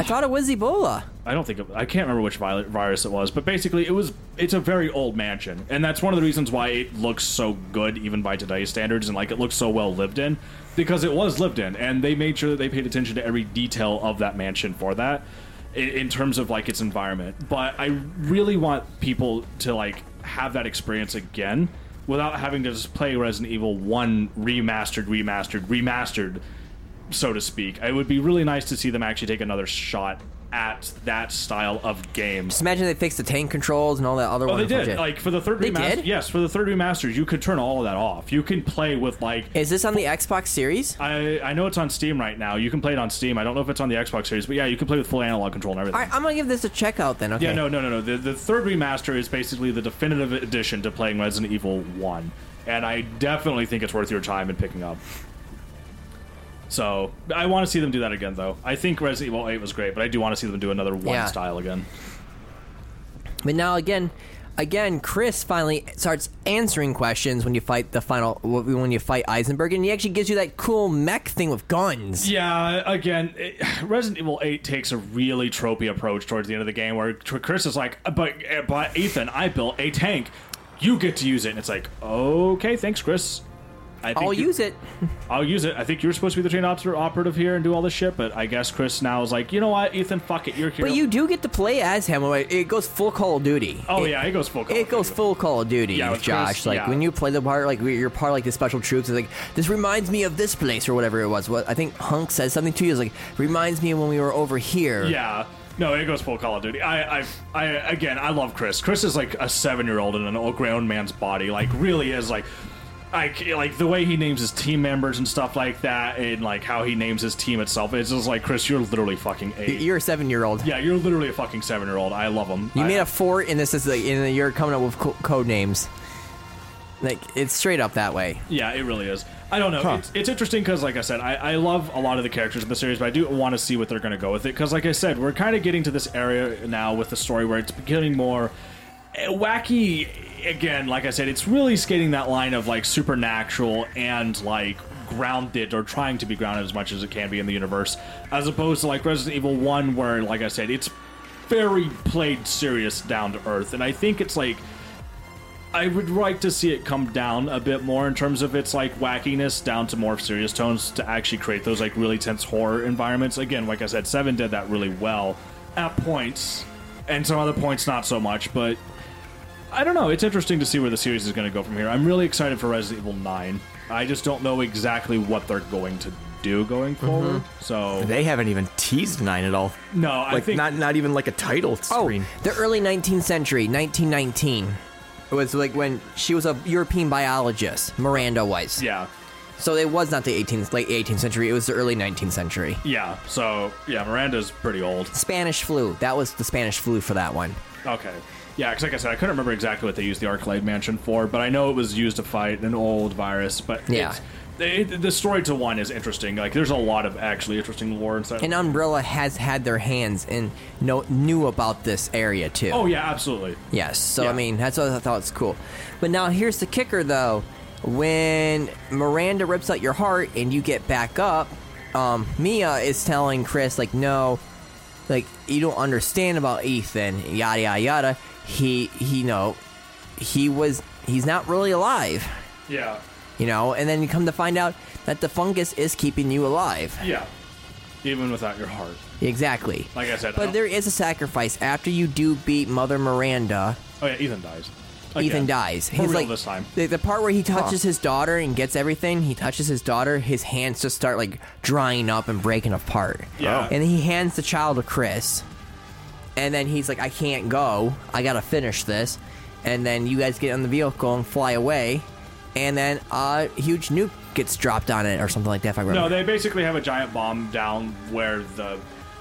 I thought it was Ebola. I don't think, it, I can't remember which vi- virus it was, but basically it was, it's a very old mansion. And that's one of the reasons why it looks so good, even by today's standards, and like it looks so well lived in, because it was lived in. And they made sure that they paid attention to every detail of that mansion for that in, in terms of like its environment. But I really want people to like have that experience again without having to just play Resident Evil One remastered, remastered, remastered, so to speak. It would be really nice to see them actually take another shot at that style of game. Just imagine they fixed the tank controls and all that other. Oh, they wonderful did. shit. Like for the third They remaster, did? yes, for the third remaster, you could turn all of that off. You can play with like is this on the Xbox Series? I, I know it's on Steam right now. You can play it on Steam. I don't know if it's on the Xbox series, but yeah, you can play with full analog control and everything. All right, I'm gonna give this a check out then. Okay. Yeah, no, no, no, no. The, the third remaster is basically the definitive addition to playing Resident Evil 1. And I definitely think it's worth your time in picking up. So, I want to see them do that again, though. I think Resident Evil 8 was great, but I do want to see them do another one Yeah. style again. But now again, again, Chris finally starts answering questions when you fight the final when you fight Eisenberg, and he actually gives you that cool mech thing with guns. Yeah, again, it, Resident Evil 8 takes a really tropey approach towards the end of the game where Tr- Chris is like, "Uh, but, but Ethan, I built a tank. You get to use it. And it's like, okay, thanks, Chris. I think I'll you- use it. I'll use it. I think you're supposed to be the train oper- operative here and do all this shit, but I guess Chris now is like, you know what, Ethan, fuck it, you're here. But you do get to play as him. like, It goes full Call of Duty. oh It- yeah, it goes full. Call It of goes Duty. full Call of Duty, Yeah, with with Chris, Josh. like yeah. when you play the part, like you're part of, like the special troops. It's like this reminds me of this place or whatever it was. What I think Hunk says something to you is like reminds me of when we were over here. Yeah. No, it goes full Call of Duty. I, I, I, again, I love Chris. Chris is like a seven-year-old in an old grown man's body. Like, really is like, like, like the way he names his team members and stuff like that, and like how he names his team itself. It's just like Chris, you're literally fucking Y- eight. You're a seven year old. yeah, you're literally a fucking seven-year-old. I love him. You I, made a fort, and this is like, and you're coming up with co- code names. Like it's straight up that way. Yeah, it really is. I don't know. It's, it's interesting because, like I said, I, I love a lot of the characters in the series, but I do want to see what they're going to go with it. Because, like I said, we're kind of getting to this area now with the story where it's becoming more eh, wacky. Again, like I said, it's really skating that line of like supernatural and like grounded or trying to be grounded as much as it can be in the universe, as opposed to like Resident Evil 1, where, like I said, it's very played serious down to earth. And I think it's like. I would like to see it come down a bit more in terms of its like wackiness down to more serious tones to actually create those like really tense horror environments. Again, like I said, Seven did that really well at points, and some other points not so much. But I don't know. It's interesting to see where the series is going to go from here. I'm really excited for Resident Evil Nine. I just don't know exactly what they're going to do going forward. So Mm-hmm. They haven't even teased nine at all. no, I Like think not not even like a title screen. Oh, the early 19th century, 1919. It was like when she was a European biologist, Miranda was. yeah. So it was not the 18th, late 18th century. It was the early 19th century. Yeah, so yeah, Miranda's pretty old. Spanish flu. That was the Spanish flu for that one. Okay. Yeah, because like I said, I couldn't remember exactly what they used the Arclade Mansion for, but I know it was used to fight an old virus. But Yeah. it's, it, the story to one is interesting. Like, there's a lot of actually interesting lore inside. And Umbrella has had their hands and know, knew about this area too. oh yeah, absolutely. Yes. So I Yeah. mean, that's what I thought was cool. But now here's the kicker, though. When Miranda rips out your heart and you get back up, um, Mia is telling Chris like, "No, like you don't understand about Ethan. Yada yada yada. He he no, he was he's not really alive. Yeah, You know. And then you come to find out that the fungus is keeping you alive. yeah. Even without your heart. Exactly. Like I said, I But don't- there is a sacrifice after you do beat Mother Miranda. Oh yeah, Ethan dies. Again. Ethan dies. For real this time. The, the part where he touches his daughter and gets everything. He touches his daughter. His hands just start like drying up and breaking apart. Yeah. And he hands the child to Chris. And then he's like, "I can't go. I gotta finish this." And then you guys get on the vehicle and fly away. And then a huge nuke gets dropped on it or something like that. If I remember. No, they basically have a giant bomb down where the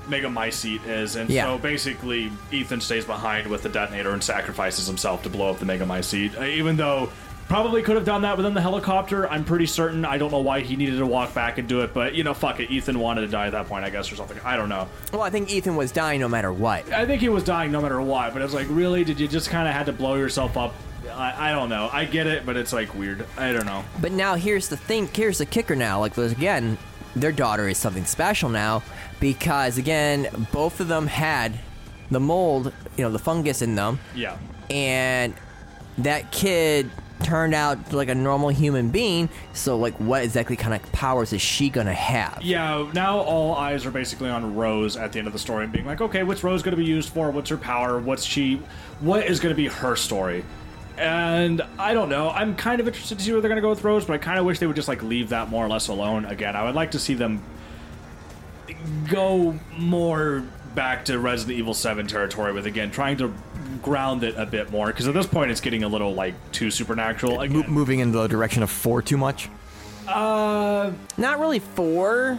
Mega Mycete is, and Yeah. so basically Ethan stays behind with the detonator and sacrifices himself to blow up the Mega Mycete. Uh, Even though probably could have done that within the helicopter, I'm pretty certain. I don't know why he needed to walk back and do it, but you know, fuck it. Ethan wanted to die at that point, I guess, or something. I don't know. well, I think Ethan was dying no matter what. I think he was dying no matter what, but it's like, really, did you just kind of had to blow yourself up? I, I don't know. I get it, but it's like weird. I don't know. But now here's the thing. Here's the kicker. Now, like there's- again, their daughter is something special now because again, both of them had the mold, you know, the fungus in them, Yeah. and that kid turned out like a normal human being. So, like, what exactly kind of powers is she gonna have? Yeah, now all eyes are basically on Rose at the end of the story and being like, okay, what's Rose going to be used for? What's her power? What's she. What is going to be her story? And I don't know. I'm kind of interested to see where they're going to go with Rose, but I kind of wish they would just like leave that more or less alone again. I would like to see them go more back to Resident Evil 7 territory with again trying to ground it a bit more because at this point it's getting a little like too supernatural. Mo- Again, moving in the direction of four too much. uh, Not really four.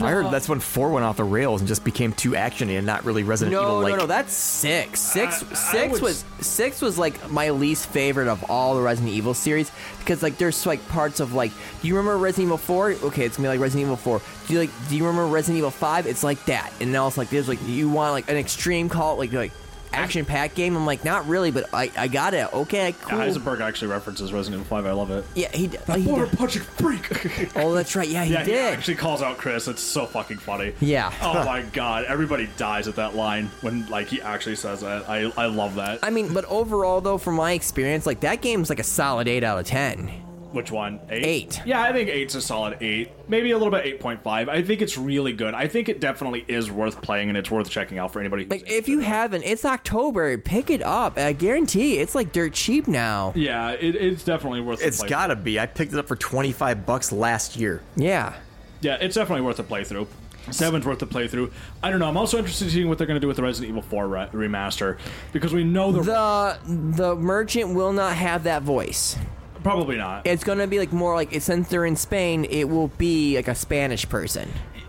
I heard that's when four went off the rails and just became too actiony and not really Resident Evil No, like. no, no. That's six. Six, I- I six would was six was like my least favorite of all the Resident Evil series because like there's like parts of like do you remember Resident Evil Four? Okay, it's gonna be like Resident Evil Four. Do you like do you remember Resident Evil Five? It's like that, and now it's like there's like you want like an extreme call like like action packed game. I'm like not really, but I I got it. Okay, cool. Heisenberg actually references Resident Evil 5. I love it. yeah, he, d- oh, he Or a d- punching freak. oh that's right. Yeah, he yeah, he did. actually calls out Chris. It's so fucking funny. Yeah. Oh my god, everybody dies at that line when like he actually says that. I I love that. I mean, but overall though, from my experience, like that game's like a solid eight out of ten. Which one? Eight. Eight. Yeah, I think eight's a solid eight. Maybe a little bit eight point five. I think it's really good. I think it definitely is worth playing and it's worth checking out for anybody. who's Like, if interested. you haven't, it's October. Pick it up. I guarantee it's like dirt cheap now. yeah, it, it's definitely worth. It's a playthrough. gotta be. I picked it up for 25 bucks last year. Yeah. Yeah, it's definitely worth a playthrough. Seven's worth a playthrough. I don't know. I'm also interested in seeing what they're going to do with the Resident Evil 4 re- remaster because we know they're The the merchant will not have that voice. probably not. It's gonna be like more like since they're in Spain, it will be like a Spanish person.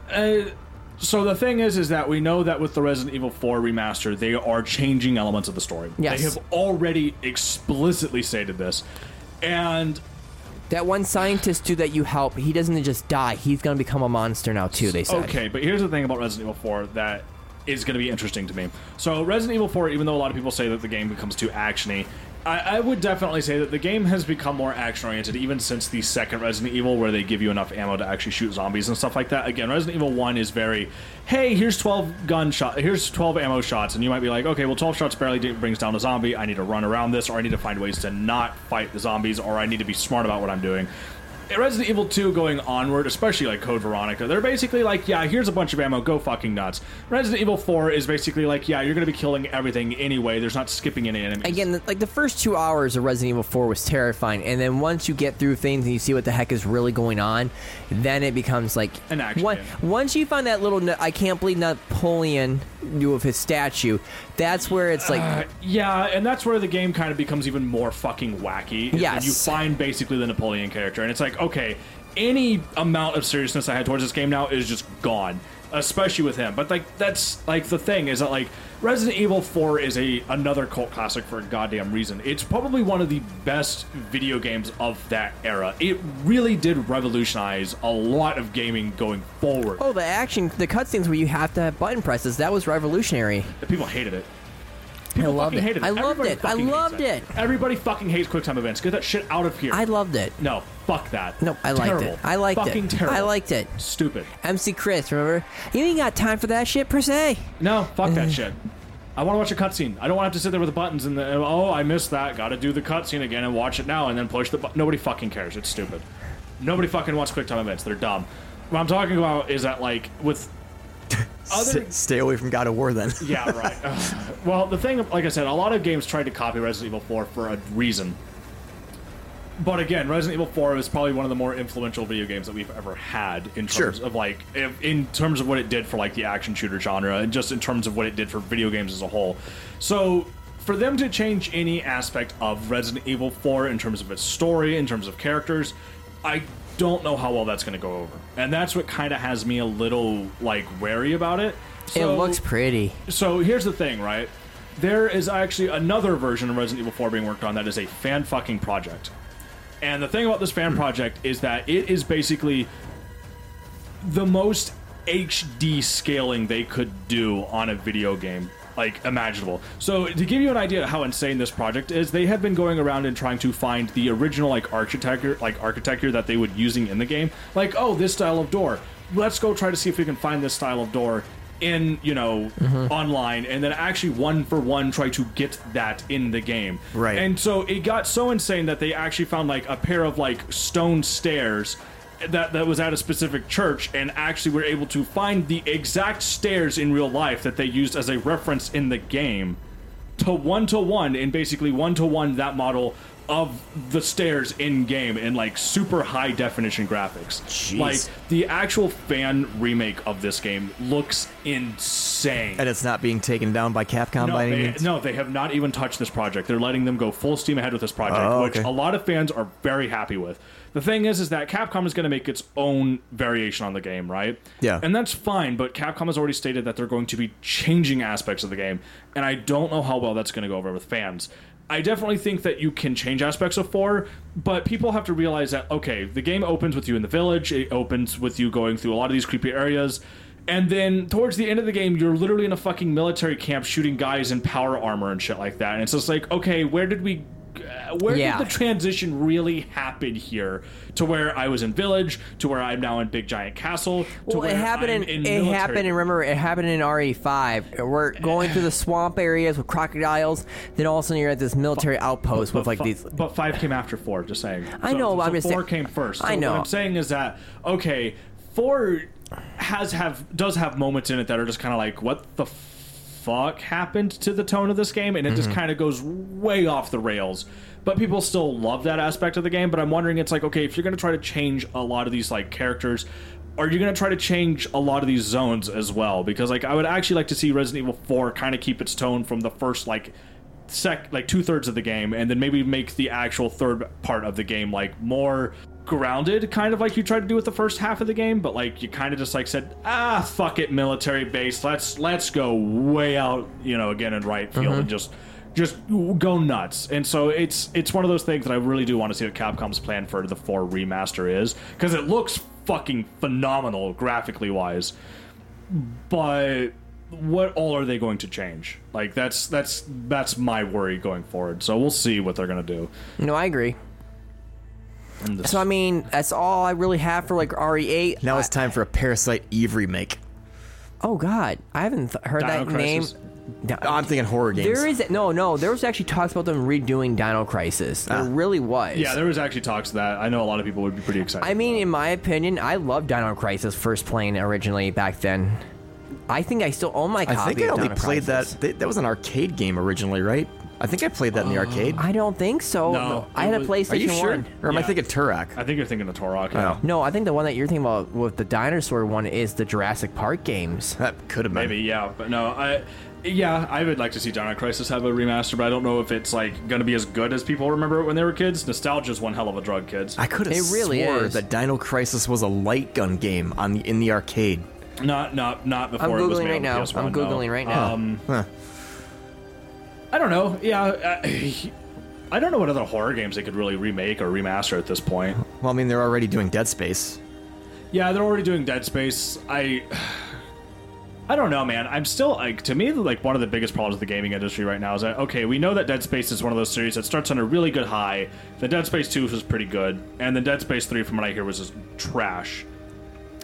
Uh, so the thing is, is that we know that with the Resident Evil 4 remaster, they are changing elements of the story. Yes. They have already explicitly stated this, and That one scientist dude that you help, he doesn't just die. He's gonna become a monster now too. They said. Okay, but here's the thing about Resident Evil 4 that is going to be interesting to me. So, Resident Evil 4, even though a lot of people say that the game becomes too actiony, I, I would definitely say that the game has become more action oriented even since the second Resident Evil, where they give you enough ammo to actually shoot zombies and stuff like that. Again, Resident Evil 1 is very, hey, here's 12 gun shot, here's 12 ammo shots, and you might be like, okay, well, 12 shots barely d- brings down a zombie. I need to run around this, or I need to find ways to not fight the zombies, or I need to be smart about what I'm doing. Resident Evil 2 going onward, especially like Code Veronica, they're basically like, yeah, here's a bunch of ammo, go fucking nuts. Resident Evil 4 is basically like, yeah, you're gonna be killing everything anyway, there's not skipping any enemies. Again, th- like the first two hours of Resident Evil 4 was terrifying, and then once you get through things and you see what the heck is really going on, then it becomes like An action One, game. once you find that little, no- I can't believe Napoleon knew of his statue. That's where it's like, Uh, yeah, and that's where the game kind of becomes even more fucking wacky. is when Yes. you find basically the Napoleon character, and it's like, okay, any amount of seriousness I had towards this game now is just gone, especially with him. But like, that's like the thing is that like Resident Evil Four is a another cult classic for a goddamn reason. It's probably one of the best video games of that era. It really did revolutionize a lot of gaming going forward. oh, the action, the cutscenes where you have to have button presses. That was revolutionary. People hated it. I loved fucking it. hated I loved Everybody it. I fucking hates loved it. Everybody fucking hates QuickTime events. Get that shit out of here. I loved it. no, fuck that. No, I liked Terrible. it. I liked fucking it. Terrible. I liked it. Stupid. MC Chris, remember? You ain't got time for that shit per se. No, fuck that shit. I want to watch a cutscene. I don't want to have to sit there with the buttons and the oh, I missed that. Got to do the cutscene again and watch it now and then push the button. Nobody fucking cares. It's stupid. Nobody fucking wants QuickTime events. They're dumb. What I'm talking about is that like with Other- S- stay away from God of War then. Yeah, right. Ugh. well, the thing, like I said, a lot of games tried to copy Resident Evil 4 for a reason. But again, Resident Evil 4 is probably one of the more influential video games that we've ever had in terms Sure. of like if, in terms of what it did for like the action shooter genre and just in terms of what it did for video games as a whole. So for them to change any aspect of Resident Evil 4 in terms of its story, in terms of characters, I don't know how well that's going to go over. And that's what kind of has me a little like wary about it. So- it looks pretty. so here's the thing, right? There is actually another version of Resident Evil 4 being worked on that is a fan fucking project. And the thing about this fan project is that it is basically the most HD scaling they could do on a video game like imaginable. So to give you an idea how insane this project is, they have been going around and trying to find the original like architecture like architecture that they would using in the game. Like, oh, this style of door. Let's go try to see if we can find this style of door in, you know, online and then actually one for one try to get that in the game. Right. And so it got so insane that they actually found like a pair of like stone stairs that that was at a specific church and actually were able to find the exact stairs in real life that they used as a reference in the game to one to one and basically one to one that model of the stairs in game in like super high definition graphics. Jeez. Like the actual fan remake of this game looks insane. and it's not being taken down by Capcom No by any they, means. no, they have not even touched this project. They're letting them go full steam ahead with this project, Oh, which okay. a lot of fans are very happy with. The thing is, is that Capcom is going to make its own variation on the game, right? Yeah. And that's fine, but Capcom has already stated that they're going to be changing aspects of the game, and I don't know how well that's going to go over with fans. I definitely think that you can change aspects of 4, but people have to realize that, okay, the game opens with you in the village, it opens with you going through a lot of these creepy areas, and then towards the end of the game, you're literally in a fucking military camp shooting guys in power armor and shit like that. And it's just like, okay, where did we uh, where Yeah. did the transition really happen here to where I was in village to where I'm now in big giant castle? To Well, where it happened I'm in, in it military- happened and remember it happened in RE5. We're going through the swamp areas with crocodiles. Then all of a sudden you're at this military outpost with But like fi- these. But five came after four. Just saying. I know, but I'm just four saying- came first. So I know. What I'm saying is that okay, four has have does have moments in it that are just kind of like what the fuck happened to the tone of this game, and it just kind of goes way off the rails. But people still love that aspect of the game. But I'm wondering, it's like okay, if you're going to try to change a lot of these like characters. Are you going to try to change a lot of these zones as well? Because like I would actually like to see Resident Evil 4 kind of keep its tone from the first like sec like two thirds of the game, and then maybe make the actual third part of the game like more grounded, kind of like you tried to do with the first half of the game. But like you kind of just like said, ah, fuck it, military base. Let's let's go way out, you know, again in right field and just just go nuts. And so it's it's one of those things that I really do want to see what Capcom's plan for the four remaster is because it looks fucking phenomenal graphically wise but what all are they going to change? Like that's that's that's my worry going forward. So we'll see what they're gonna do. No, I agree. in this. So I mean, that's all I really have for like RE8. Now I- it's time for a Parasite Eve remake. oh God, I haven't th- heard Dino that Crisis. name. I'm thinking horror games. There is no, no. There was actually talks about them redoing Dino Crisis. Ah. There really was. yeah, there was actually talks of that I know a lot of people would be pretty excited. I mean, in my opinion, I loved Dino Crisis first playing originally back then. I think I still own my copy. I think I of only Dino played that. Crisis. That that was an arcade game originally, right? I think I played that in the Uh, arcade. I don't think so. No, I had it a was- PlayStation Are you sure? One. Or am I Yeah. thinking Turok? I think you're thinking of Torok. Oh, No, I think the one that you're thinking about with the dinosaur one is the Jurassic Park games. that could have been. maybe yeah, but no, I. Yeah, I would like to see Dino Crisis have a remaster, but I don't know if it's like going to be as good as people remember it when they were kids. Nostalgia's one hell of a drug, kids. I could have It really swore is. that Dino Crisis was a light gun game on the, in the arcade. Not not not I'm before it was googling made right on now. PS1, I'm no. Um, googling right now. I don't know. Yeah, I, I don't know what other horror games they could really remake or remaster at this point. Well, I mean, they're already doing Dead Space. Yeah, they're already doing Dead Space. I I don't know, man. I'm still like to me like one of the biggest problems with the gaming industry right now is that okay, we know that Dead Space is one of those series that starts on a really good high. The Dead Space 2 was pretty good, and the Dead Space 3 from what I hear was just trash.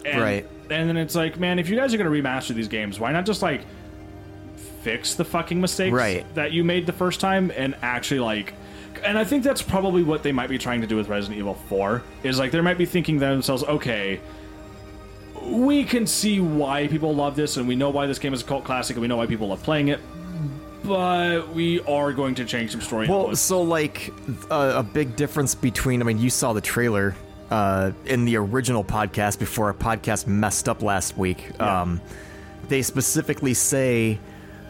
And, Right. And then it's like, man, if you guys are going to remaster these games, why not just like fix the fucking mistakes Right. that you made the first time and actually like and I think that's probably what they might be trying to do with Resident Evil 4 is like they might be thinking to themselves, okay, we can see why people love this and we know why this game is a cult classic and we know why people love playing it but we are going to change some story Well, elements. so like uh, a big difference between. I mean, you saw the trailer uh, in the original podcast before our podcast messed up last week. Um, they specifically say,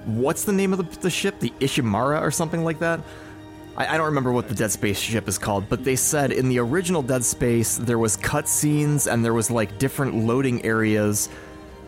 "What's the name of the, the ship? The Ishimara or something like that." I, I don't remember what the Dead Space ship is called, but they said in the original Dead Space there was cutscenes and there was like different loading areas.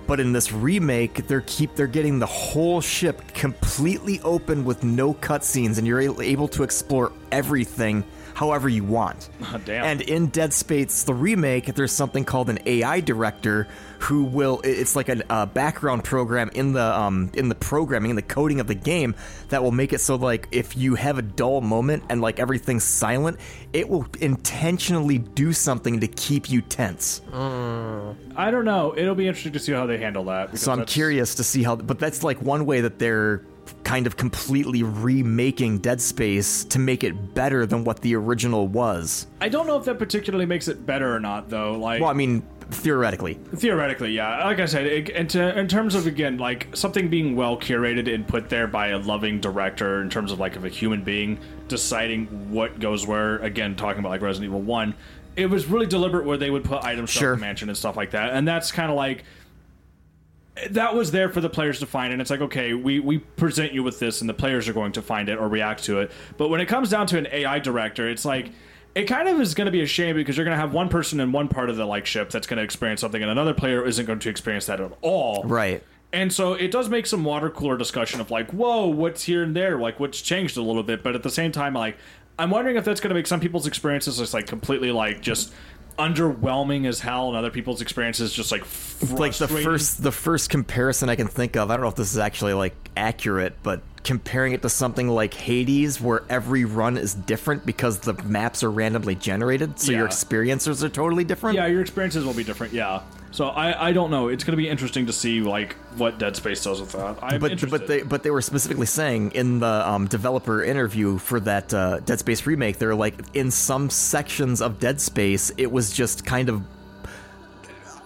But in this remake, they're keep they're getting the whole ship completely open with no cutscenes, and you're a- able to explore everything however you want. damn. And in Dead Space, the remake, there's something called an AI director who will. i- It's like a uh, background program in the um, in the programming, in the coding of the game that will make it so like if you have a dull moment and like everything's silent, it will intentionally do something to keep you tense. i don't know it'll be interesting to see how they handle that because So I'm that's- curious to see how, but that's like one way that they're kind of completely remaking Dead Space to make it better than what the original was. i don't know if that particularly makes it better or not though like Well, I mean, theoretically. theoretically yeah like i said it, in, ter- in terms of again like something being well curated and put there by a loving director in terms of like of a human being deciding what goes where again talking about like resident evil 1 it was really deliberate where they would put items Sure. sure. the mansion and stuff like that and that's kind of like that was there for the players to find and it's like okay we we present you with this and the players are going to find it or react to it but when it comes down to an ai director it's like it kind of is going to be a shame because you're going to have one person in one part of the like ship that's going to experience something and another player isn't going to experience that at all Right. and so it does make some water cooler discussion of like, whoa, what's here and there, like what's changed a little bit, but at the same time, like I'm wondering if that's going to make some people's experiences just like completely like just underwhelming as hell, and other people's experiences just like Like the frustrating. first, the first comparison I can think of. I don't know if this is actually like accurate, but comparing it to something like Hades, where every run is different because the maps are randomly generated, so your Yeah. experiences are totally different. Yeah, your experiences will be different. Yeah. So I, I don't know. It's going to be interesting to see like what Dead Space does with that. I'm but interested. but they but they were specifically saying in the um, developer interview for that uh, Dead Space remake, they're like in some sections of Dead Space, it was just kind of.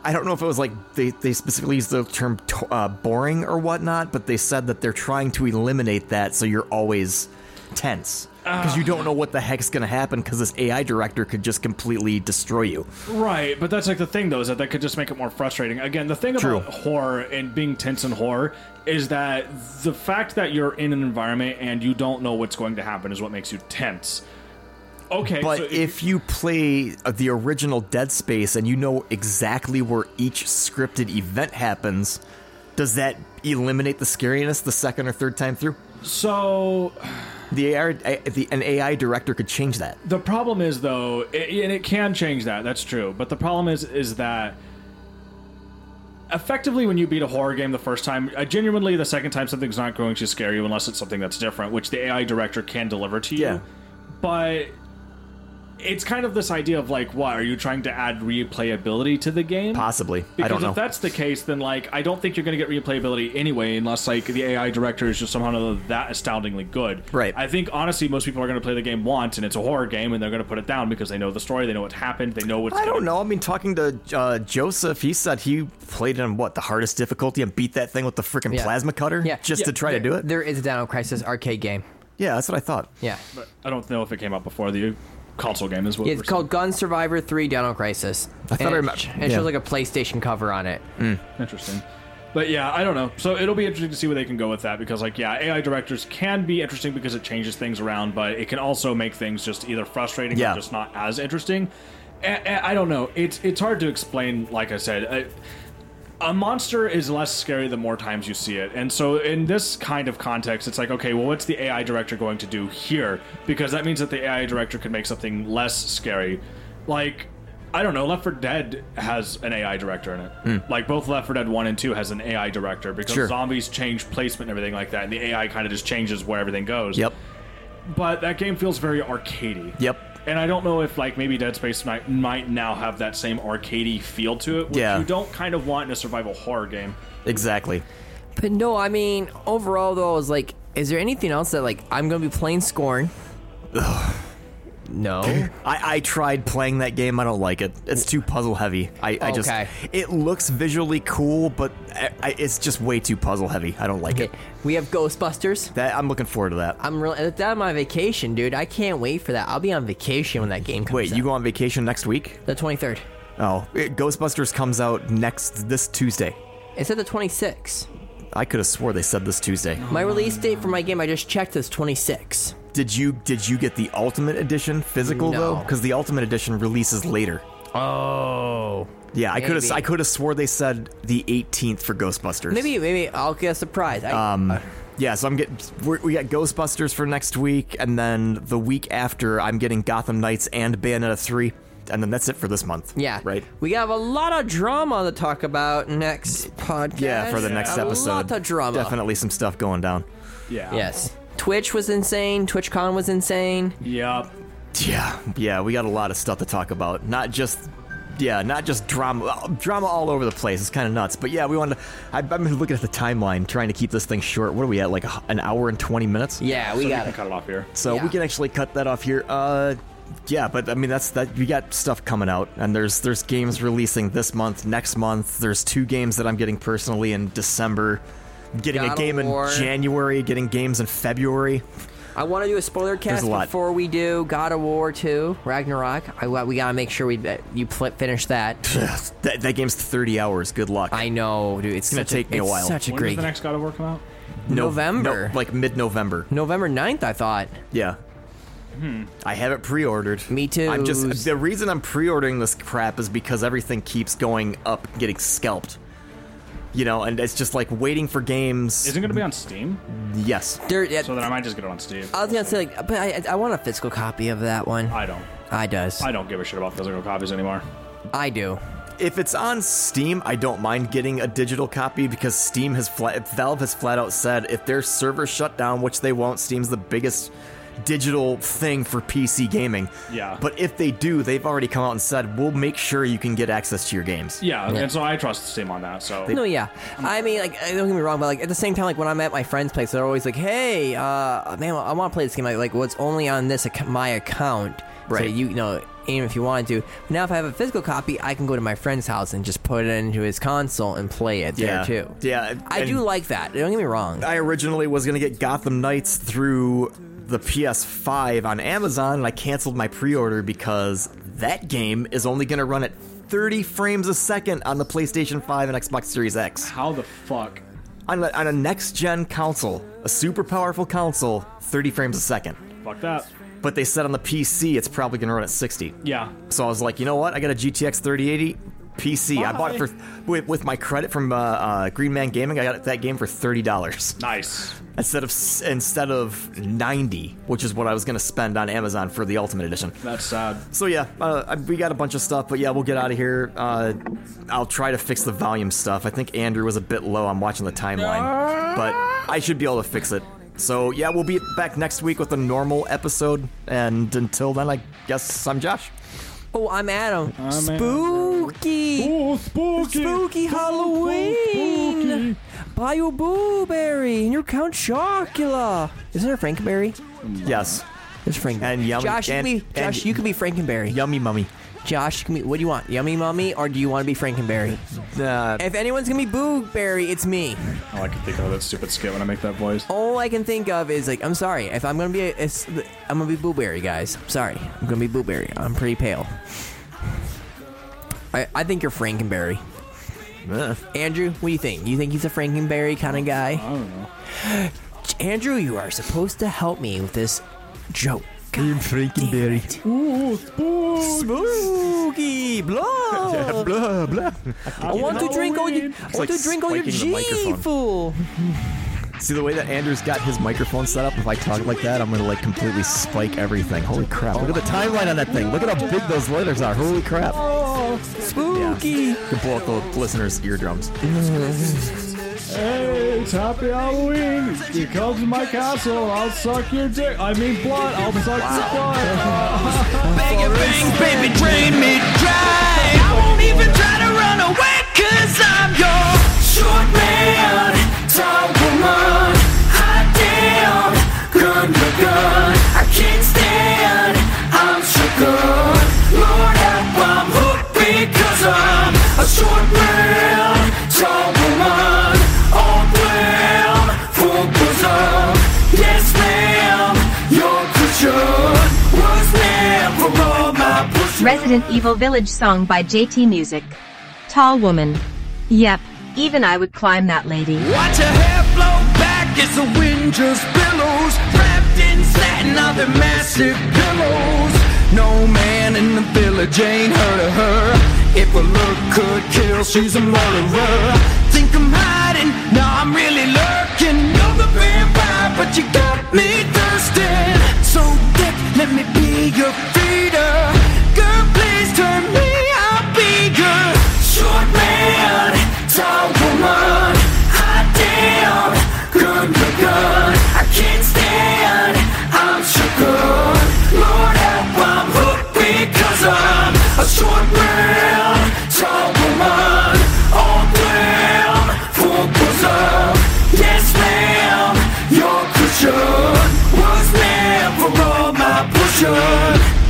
I don't know if it was like they, they specifically used the term to- uh, boring or whatnot, but they said that they're trying to eliminate that so you're always tense. Because you don't know what the heck's going to happen because this AI director could just completely destroy you. Right, but that's like the thing though is that that could just make it more frustrating. Again, the thing True. about horror and being tense in horror is that the fact that you're in an environment and you don't know what's going to happen is what makes you tense. Okay, But so if you play uh, the original Dead Space and you know exactly where each scripted event happens, does that eliminate the scariness the second or third time through? so The, AI, I- the an AI director could change that. The problem is though, it, and it can change that. That's true. But the problem is, is that effectively when you beat a horror game the first time, uh, genuinely the second time something's not going to scare you unless it's something that's different, which the AI director can deliver to you. Yeah. But it's kind of this idea of like, what are you trying to add replayability to the game? Possibly, Because I don't know. if that's the case, then like I don't think you're going to get replayability anyway, unless like the AI director is just somehow or other that astoundingly good. Right. I think honestly, most people are going to play the game once, and it's a horror game, and they're going to put it down because they know the story, they know what happened, they know what's. I gonna- don't know. I mean, talking to uh, Joseph, he said he played on what the hardest difficulty and beat that thing with the freaking Yeah. plasma cutter Yeah. just Yeah. to try to do it. There is a Dino Crisis arcade game. Yeah, that's what I thought. Yeah. But I don't know if it came out before the console game is what. Yeah, we're it's called Gun Survivor 3 Dino Crisis. I thought And I it- remem- It yeah. Mm. shows like a PlayStation cover on it. saying. interesting. But yeah, I don't know. So it'll be interesting to see where they can go with that because, like, yeah, AI directors can be interesting because it changes things around, but it can also make things just either frustrating Yeah. or just not as interesting. A- a- I don't know. It's it's hard to explain. Like I said, uh, I, a monster is less scary the more times you see it. And so, in this kind of context, it's like, okay, well, what's the AI director going to do here? Because that means that the AI director could make something less scary. Like, I don't know, Left 4 Dead has an AI director in it. Like, both Left 4 Dead 1 and 2 has an AI director because Hmm. Sure. zombies change placement and everything like that, and the AI kind of just changes where everything goes Yep. but that game feels very arcadey. Yep. And I don't know if like maybe Dead Space might, might now have that same arcadey feel to it, which Yeah. you don't kind of want in a survival horror game. Exactly. But no, I mean, overall though, I was like, is there anything else that like I'm gonna be playing Scorn? no. I, I tried playing that game. I don't like it. It's too puzzle heavy. I, I just Okay. it looks visually cool, but I, I, it's just way too puzzle heavy. I don't like it. We have Ghostbusters. That I'm looking forward to that. I'm real. That's on my vacation, dude. I can't wait for that. I'll be on vacation when that game comes. Wait, out. you go on vacation next week? the 23rd. Oh, it, Ghostbusters comes out next this Tuesday. It said the 26th. I could have swore they said this Tuesday. My release date for my game, I just checked, is 26. Did you did you get the Ultimate Edition physical No. though? Because the Ultimate Edition releases later. Oh. Yeah, I could have Maybe. I could have swore they said the 18th for Ghostbusters. Maybe, maybe I'll get a surprise. I, Um, yeah, so I'm getting we're, we got Ghostbusters for next week, and then the week after I'm getting Gotham Knights and Bayonetta three, and then that's it for this month. yeah. right. We have a lot of drama to talk about next podcast. Yeah, for the next a episode. A lot of drama. Definitely some stuff going down. Yeah. Yes. Twitch was insane. TwitchCon was insane. Yep. Yeah, yeah, we got a lot of stuff to talk about. Not just, yeah, not just drama, uh, drama all over the place. It's kind of nuts, but yeah, we wanted. To, I, I've been looking at the timeline, trying to keep this thing short. What are we at? Like a, an hour and twenty minutes. Yeah, we so got can it. cut it off here. So Yeah. we can actually cut that off here. Uh, yeah, but I mean that's that we got stuff coming out, and there's there's games releasing this month, next month. There's two games that I'm getting personally in December. Getting God a of game in War. January, getting games in February. I want to do a spoiler cast a lot. before we do God of War 2, Ragnarok. I, we got to make sure we that you pl- finish that. that, that game's 30 hours. Good luck. I know, dude. It's, gonna such take a, me a it's while. Such a When does great the next God of War come out? No- November. no, like mid-November. November 9th, I thought. Yeah. I have it pre-ordered. Me too. I'm just the reason I'm pre-ordering this crap is because everything keeps going up, getting scalped. You know, and it's just like waiting for games. Is it going to be on Steam? yes. There, yeah, So then I might just get it on Steam. I was gonna say, like, but I, I want a physical copy of that one. I, I don't. does. I I, don't give a shit about physical copies anymore. do. if it's on Steam, I don't mind getting a digital copy because Steam has flat, Valve has flat out said if their servers shut down, which they won't, Steam's the biggest digital thing for PC gaming. Yeah. But if they do, they've already come out and said we'll make sure you can get access to your games. Yeah, and so I trust Steam on that. So No, yeah. I mean, like, I- don't get me wrong, but like at the same time, like when I'm at my friend's place, they're always like, "Hey, uh, man, I want to play this game. Like, like what's only on this ac- my account, So Right. you, you know, even if you wanted to. now, if I have a physical copy, I can go to my friend's house and just put it into his console and play it Yeah. there too. Yeah, I and- do like that. Don't get me wrong. I originally was gonna get Gotham Knights through the PS5 on Amazon, and I canceled my pre-order because that game is only gonna run at 30 frames a second on the PlayStation 5 and Xbox Series X. how the fuck? On a, on a next-gen console, a super powerful console, 30 frames a second. Fuck that. But they said on the PC it's probably gonna run at 60. Yeah. So I was like, you know what? I got a GTX 3080 PC. I bought it for with, with my credit from uh, uh, Green Man Gaming. I got that game for thirty dollars Nice. instead of s- instead of ninety, which is what I was gonna spend on Amazon for the Ultimate Edition. That's sad. So yeah, uh, I- we got a bunch of stuff, but yeah, we'll get out of here. Uh, I'll try to fix the volume stuff. I think Andrew was a bit low. I'm watching the timeline, but I should be able to fix it. So yeah, we'll be back next week with a normal episode. And until then, I guess I'm Josh. Oh, I'm Adam. Adam. spooky. Oh, spooky. Spooky Halloween! Oh, spooky. Buy your blueberry and your Count Chocula. Isn't there Frankenberry? Yes. There's Frankenberry. And yummy- Josh, and- you can be, Josh, and- you can be Frankenberry. Yummy mummy. Josh, you can be, what do you want? Yummy mummy, or do you want to be Frankenberry? Uh, If anyone's gonna be Booberry, it's me. Oh, I can think of that stupid skit when I make that voice. All I can think of is like, I'm sorry. If I'm gonna be, a, it's, I'm gonna be Booberry, guys. I'm sorry. I'm gonna be Booberry. I'm pretty pale. I, I think you're Frankenberry. eh. Andrew, what do you think? You think he's a Frankenberry kind of guy? I don't know. Andrew, you are supposed to help me with this joke. Team Frankenberry. Ooh, spooky. Spooky blah. blah blah. I want to drink all your, Halloween. I It's want like to drink all your spiking the G microphone. fool. See the way that Andrew's got his microphone set up. If I talk like that, I'm gonna like completely spike everything. Holy crap! Look at the timeline on that thing. Look at how big those letters are. Holy crap! Spooky. Could blow out the listeners' eardrums. Hey, it's happy Halloween. You come to my castle. I'll suck your dick. I mean blood. I'll suck your blood. Bang and bang, baby, drain me dry. I won't even try to run away, cause I'm your short man, tall woman, hot damn, gun to gun. I can't stand, I'm sugar. Lord help, I'm hooked because I'm a short man, tall woman, all brown, full bosom. Yes, ma'am, your creature was never on my pussy. Resident Evil Village song by JT Music. Tall woman. Yep, even I would climb that lady. Watch her hair blow back as the wind just billows. Wrapped in satin of their massive pillows. No man in the village ain't heard of her. If a look could kill, she's a murderer. Think I'm hiding, now I'm really lurking. You're the vampire, but you got me thirsting. So thick, let me be your feeder. Girl, please turn me, I'll be your short man, tall woman. Hot damn, gun for gun. I can't stand, I'm sugar. Lord help, I'm hooked because I'm a short man, tall woman. All glam, full bosom. Yes, ma'am, your cushion was never on my pusher.